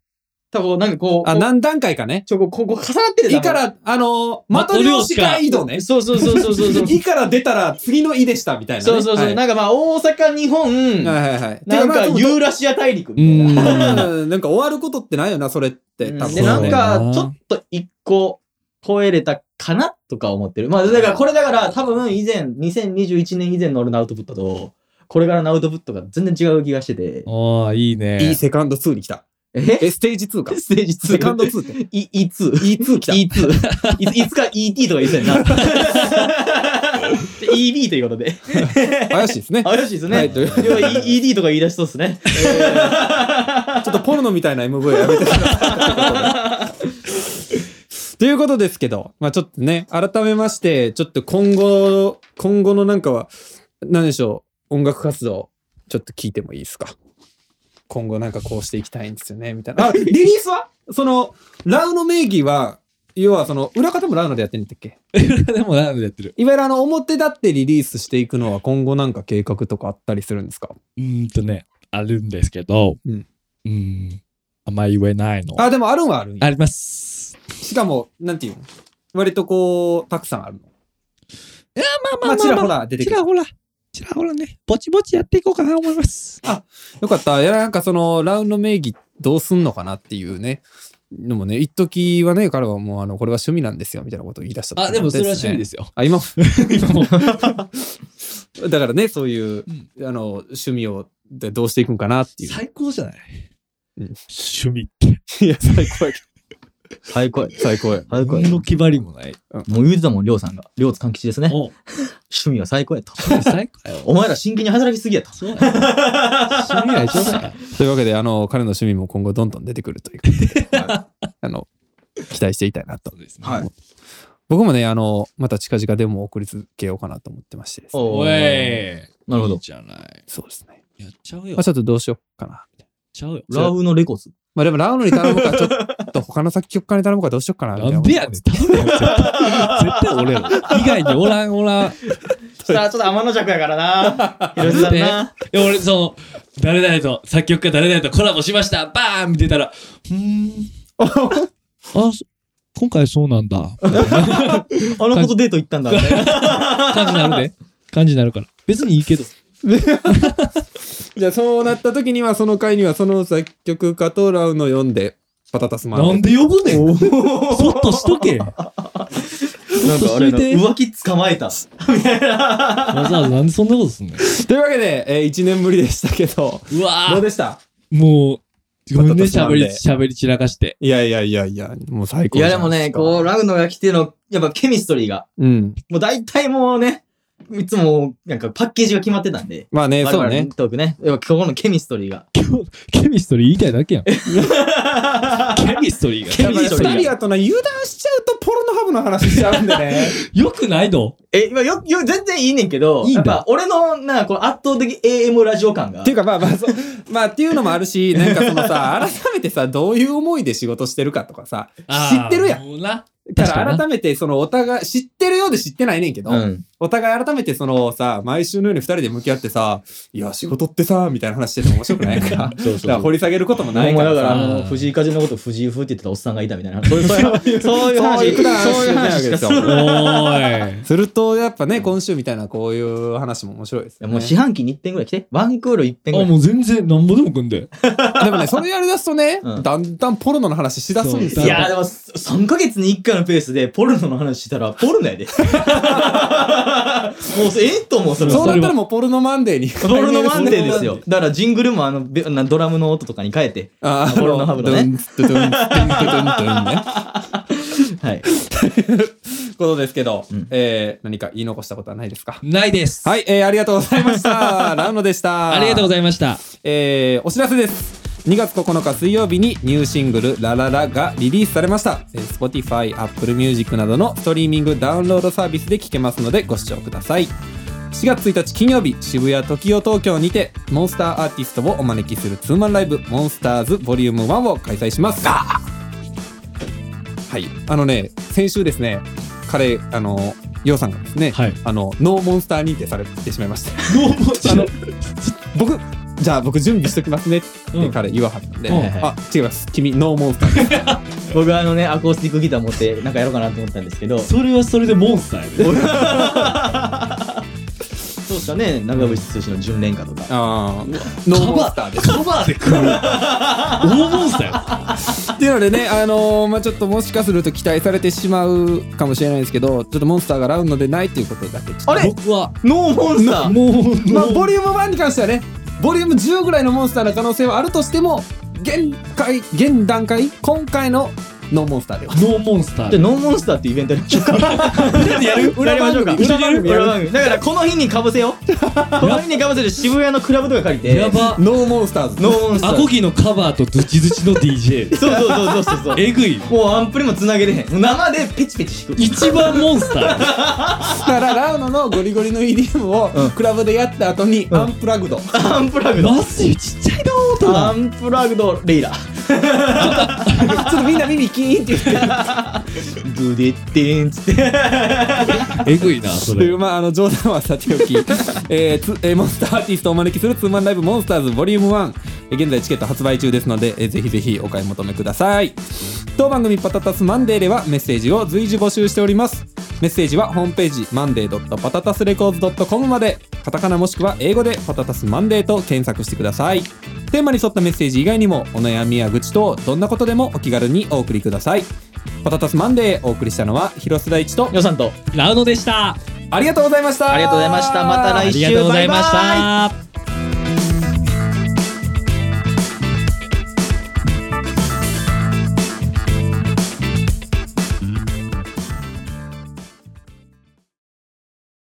Speaker 2: 多分なんかこう、
Speaker 1: あ、何段階かね。
Speaker 2: ちょ、こう、こうこう重なってる
Speaker 1: いから、あのー、的量子回路ね。
Speaker 2: そうそうそうそう そうそう。
Speaker 1: いから出たら次のいでしたみたいな、ね。
Speaker 2: そうそうそう、
Speaker 1: はい
Speaker 2: なんかまあ大阪、日本、
Speaker 1: はいはいはい。
Speaker 2: なんか
Speaker 1: てか
Speaker 2: ユーラシア大陸
Speaker 3: う
Speaker 2: みたい
Speaker 3: ん。
Speaker 2: な。
Speaker 1: うんなんか終わることってないよな、それって。多
Speaker 2: うん
Speaker 1: 分
Speaker 2: で、
Speaker 3: そ
Speaker 2: な
Speaker 3: うだ
Speaker 2: ん
Speaker 3: よな
Speaker 2: かちょっと一個超えれたかなとか思ってる。まあだからこれだから多分以前、2021年以前の俺のアウトプットと、これからのアウトプットが全然違う気がしてて。
Speaker 3: おー、いいね。
Speaker 1: いいセカンド2に来た。
Speaker 2: え
Speaker 1: え、ステージ2か。
Speaker 2: ステージ2。
Speaker 1: セカンド2って。
Speaker 2: い、いつ
Speaker 1: E2 来た。
Speaker 2: いついついつか ET とか言ってたよ な。EB ということで。
Speaker 1: 怪しいですね。
Speaker 2: あ、よしですね。
Speaker 1: はいという
Speaker 2: 要は E- ED とか言い出しそうですね。
Speaker 1: ちょっとポルノみたいな MV はやめてください。 ということですけど、まあちょっとね、改めまして、ちょっと今後、今後のなんかは、何でしょう、音楽活動、ちょっと聞いてもいいですか。今後なんかこうしていきたいんですよね、みたいな。あ、リリースはその、ラウの名義は、要はその、裏方もラウナでやってんだっけ
Speaker 3: でもラウンドでやってる。
Speaker 1: いわゆるあの、表立ってリリースしていくのは今後なんか計画とかあったりするんですか
Speaker 3: うーんとね、あるんですけど、
Speaker 1: う
Speaker 3: うんーん、あんま言えないの。あ
Speaker 1: あ、でもあるんはあるんや。
Speaker 3: ります。
Speaker 1: しかも、なんていうの割とこう、たくさんあるの。
Speaker 3: いや、まあ
Speaker 1: まあ、
Speaker 3: まあ
Speaker 1: ち
Speaker 3: まあ、
Speaker 1: ら
Speaker 3: ま
Speaker 1: ほ
Speaker 3: あ、
Speaker 1: ら出て
Speaker 3: ち
Speaker 1: くる
Speaker 3: ら。ほら、ちらほらね、ぼちぼちやっていこうかなと思います。
Speaker 1: よかった。いや、なんかその、ラウンド名義どうすんのかなっていうね。でもね、一時はね、彼はもう、あの、これは趣味なんですよ、みたいなことを言い出した、
Speaker 3: あ、でもそれは趣味です
Speaker 1: ね。
Speaker 3: すよ。
Speaker 1: あ、今
Speaker 3: 今 も。
Speaker 1: も、だからね、そういう
Speaker 3: う、ん
Speaker 1: あの、趣味を、でどうしていくんかな っていう。
Speaker 3: 最高じゃない
Speaker 1: うん
Speaker 3: 趣味って。
Speaker 1: いや、最高やけ
Speaker 2: 最高や。
Speaker 1: ど。最高や。
Speaker 2: 最高や。
Speaker 3: 何の
Speaker 2: も
Speaker 3: 気張りもない。
Speaker 2: う言うてたもん、りょうさんが。りょうつ勘吉ですね。
Speaker 3: おう
Speaker 2: 趣味は最高やと。
Speaker 3: 最高やよ。
Speaker 2: お前ら真剣に働きすぎやと。
Speaker 3: そうや。趣味は一緒だ よ。
Speaker 1: というわけで、あの、彼の趣味も今後どんどん出てくるという ことではいあの、期待していたいなと
Speaker 3: そう。ですね。
Speaker 2: はい
Speaker 1: 僕もね、あの、また近々でも送り続けようかなと思ってましてですね、
Speaker 2: お
Speaker 3: おい。
Speaker 2: なるほど
Speaker 3: いいじゃない。
Speaker 1: そうですね。
Speaker 3: やっちゃうよ。
Speaker 1: ま
Speaker 3: や
Speaker 1: あ
Speaker 3: っ
Speaker 1: ちょっとどうしようかな。
Speaker 3: ちゃうよ。
Speaker 2: ラウのレコーズ。
Speaker 1: まあでもラウンドに頼むか、ちょっと他の作曲家に頼むかどうしようかなみたいな。
Speaker 3: なんでやねん。頼むよ。絶対絶対俺ら。以外におらんおらん。い
Speaker 2: さあ、ちょっと天の弱やからな。広瀬さんな。
Speaker 3: や俺、その、誰々と、作曲家誰々とコラボしました。バーン見てたら、うー ん。あ、そ今回そうなんだ。
Speaker 2: あのことデート行ったんだみたいな。
Speaker 3: 感じになるで。感じになるから。別にいいけど。
Speaker 1: じゃあそうなった時には、その回にはその作曲家とラウンド読んで、パタタスマン
Speaker 3: なんで呼ぶねん。そっとしとけ。わ
Speaker 2: なんかあれな
Speaker 3: ちょっとして
Speaker 2: 浮気捕まえた。
Speaker 3: ざわざなんでそんなことすんの
Speaker 1: というわけで、え1年ぶりでしたけど、
Speaker 3: うわ
Speaker 1: どう
Speaker 3: ー
Speaker 1: でした
Speaker 3: もう、ごめんね、
Speaker 1: パタパタ
Speaker 3: 喋り、
Speaker 1: つ
Speaker 3: 喋り散らかして。
Speaker 1: いやいやいやいや、もう最
Speaker 2: い
Speaker 1: 高
Speaker 2: やでもね、こう、ラウのが来ての、やっぱケミストリーが、
Speaker 1: う。うん。
Speaker 2: もう大体もうね、いつも、なんかパッケージが決まってたんで。
Speaker 1: まあね、
Speaker 2: 我
Speaker 1: そう
Speaker 2: 々
Speaker 1: ね
Speaker 2: の。トークね。やっぱここのケミストリーが。
Speaker 3: ケミストリー言いたいだけやん。ケミストリー
Speaker 2: ケ
Speaker 1: や
Speaker 3: が
Speaker 1: っ
Speaker 2: ミ
Speaker 1: ぱ
Speaker 2: ス
Speaker 1: り
Speaker 2: トリー
Speaker 1: 2人
Speaker 2: が
Speaker 1: やとな、油断しちゃうとポロのハブの話しちゃうんでね。
Speaker 3: よくないの
Speaker 2: え、今よ、よ、全然いいねんけど、
Speaker 3: いいん
Speaker 2: やっ
Speaker 3: だ
Speaker 2: ぱ俺の、な、この圧倒的 AM ラジオ感が。
Speaker 1: っていうかまあまあそうまあっていうのもあるしなんかその さ改めてさどういう思いで仕事してるかとかさ知ってるやん
Speaker 3: ん。もうな。
Speaker 1: だ
Speaker 3: 確
Speaker 1: か
Speaker 3: からにな
Speaker 1: 改めてそのお互い知ってるようで知ってないねんけど、
Speaker 2: うん。
Speaker 1: お互い改めてそのさ毎週のように2人で向き合ってさ「いや仕事ってさ」みたいな話してても面白くないからだか
Speaker 2: そうそうそう
Speaker 1: ら掘り下げることもな
Speaker 2: お
Speaker 1: いか
Speaker 2: 前
Speaker 1: ら
Speaker 2: だから、あ
Speaker 1: さ
Speaker 2: の、藤井風のこと藤井風って言ってたおっさんがいたみたいな。 そういう、そういう
Speaker 1: そう
Speaker 2: 話
Speaker 1: いうくだらん
Speaker 2: そうい
Speaker 1: 話じゃ
Speaker 2: う話し
Speaker 1: ないわけで
Speaker 2: か
Speaker 1: す
Speaker 2: す
Speaker 1: よ
Speaker 2: る。い
Speaker 3: お ーい。
Speaker 1: するとやっぱね今週みたいなこういう話も面白いです
Speaker 2: や
Speaker 1: よ
Speaker 2: もう
Speaker 1: ね。
Speaker 2: 四半期に1点ぐらい来て。ワンクール1点ぐ
Speaker 3: あ、
Speaker 2: らい。
Speaker 3: もう全然、なんぼでも組んで。
Speaker 1: でもねそれやりだすとね、
Speaker 2: うん
Speaker 1: だんだんポルノの話しだすんですよ。
Speaker 2: いやーでも、3ヶ月に1回のペースでポルノの話したら、ポルノやで。もう、ええと思う、それ
Speaker 1: そう
Speaker 2: は。
Speaker 1: なったらもうポルノマンデーに。
Speaker 2: ポルノマンデーですよ。だから、ジングルもあの、べなドラムの音とかに変えて。
Speaker 1: あ
Speaker 2: ポルノハブの
Speaker 1: ド
Speaker 2: ね
Speaker 1: ゥンドゥドゥンドゥンドゥンドゥンね。
Speaker 2: はい。
Speaker 1: ことですけど、
Speaker 2: うん
Speaker 1: えー何か言い残したことはないですか
Speaker 3: ないです。
Speaker 1: はい、えーありがとうございました。ラウノでした。
Speaker 3: ありがとうご
Speaker 1: ざい
Speaker 3: ざいました。
Speaker 1: ます。えーお知らせです。2月9日水曜日にニューシングル「ラララ」がリリースされました、えー Spotify、Apple Music などのストリーミングダウンロードサービスで聴けますのでご視聴ください4月1日金曜日渋谷時代東京にてモンスターアーティストをお招きするツーマンライブ「モンスターズ Vol.1」を開催しますはいあのね先週ですね彼あのヨウさんがですね、
Speaker 3: はい
Speaker 1: あのノーモンスター認定されてしまいました
Speaker 3: どうも、
Speaker 1: あの僕じゃあ僕準備しときますねって彼言わはったんで、
Speaker 3: うん
Speaker 2: はいはい
Speaker 1: あ違います君ノーモンスターです
Speaker 2: 僕はあのね、アコースティックギター持って、なんかやろうかなと思ったんですけど、
Speaker 3: それはそれでモンスターやで。
Speaker 2: そうしたね、長渕剛の純恋歌とか。
Speaker 1: あーノーモンスターです
Speaker 3: カバーで来る。大モンスターや。
Speaker 1: っていうのでねあのーまあちょっともしかすると期待されてしまうかもしれないですけどちょっとモンスターがラウンドでないっていうことだけちょっと
Speaker 2: あれ
Speaker 3: 僕は、
Speaker 2: ノーモンスター
Speaker 3: もう、
Speaker 1: まあボリューム1に関してはねボリューム10ぐらいのモンスターの可能性はあるとしても現回現段階今回のノーモンスターでは
Speaker 3: ノーモンスター
Speaker 2: じゃあ、。ノーモンスターっていうイベントやりましょうか。
Speaker 1: 裏番組
Speaker 2: や
Speaker 3: やる
Speaker 2: りましょうか裏番組裏番組だから、この日にかぶせよう。この日にかぶせる渋谷のクラブとか借りて、
Speaker 3: やば。
Speaker 1: ノーモンスターズ
Speaker 2: ノーモンスタ
Speaker 3: ア
Speaker 2: ー。
Speaker 3: コギのカバーとズチズチの DJ
Speaker 2: そうそうそうそうそう。
Speaker 3: えぐい
Speaker 2: もうアンプにも繋げれへん。もう生でペチペチ弾く。
Speaker 3: 一番モンスター
Speaker 1: だからラウンドのゴリゴリの EDM をクラブでやった後にアンプラグド、
Speaker 2: アンプラグド。
Speaker 3: マジちっちゃいの 音
Speaker 2: アンプラグドレイラ。
Speaker 1: ちょっとみんな耳キーンって言って
Speaker 2: ブデッテンつって。
Speaker 3: えぐいな、そ
Speaker 1: とい
Speaker 3: れ
Speaker 1: う。まあ、あの冗談はさておき、 えーつえーモンスターアーティストをお招きするツーマンライブモンスターズボリューム1、えー現在チケット発売中ですので、えーぜひぜひお買い求めください当番組「パタタスマンデー」ではメッセージを随時募集しておりますメッセージはホームページ monday.patatasrecords.com までカタカナもしくは英語で「パタタスマンデー」と検索してくださいテーマに沿ったメッセージ以外にもお悩みや愚痴とどんなことでもお気軽にお送りくださいパタタスマンデーお送りしたのは広瀬大地と
Speaker 2: よさんと、
Speaker 4: ラウノでした。
Speaker 1: ありがとうございました
Speaker 2: ありがとうございました。また
Speaker 4: あ
Speaker 2: 来週。
Speaker 4: りがとうございまし
Speaker 2: バイバイ
Speaker 4: た。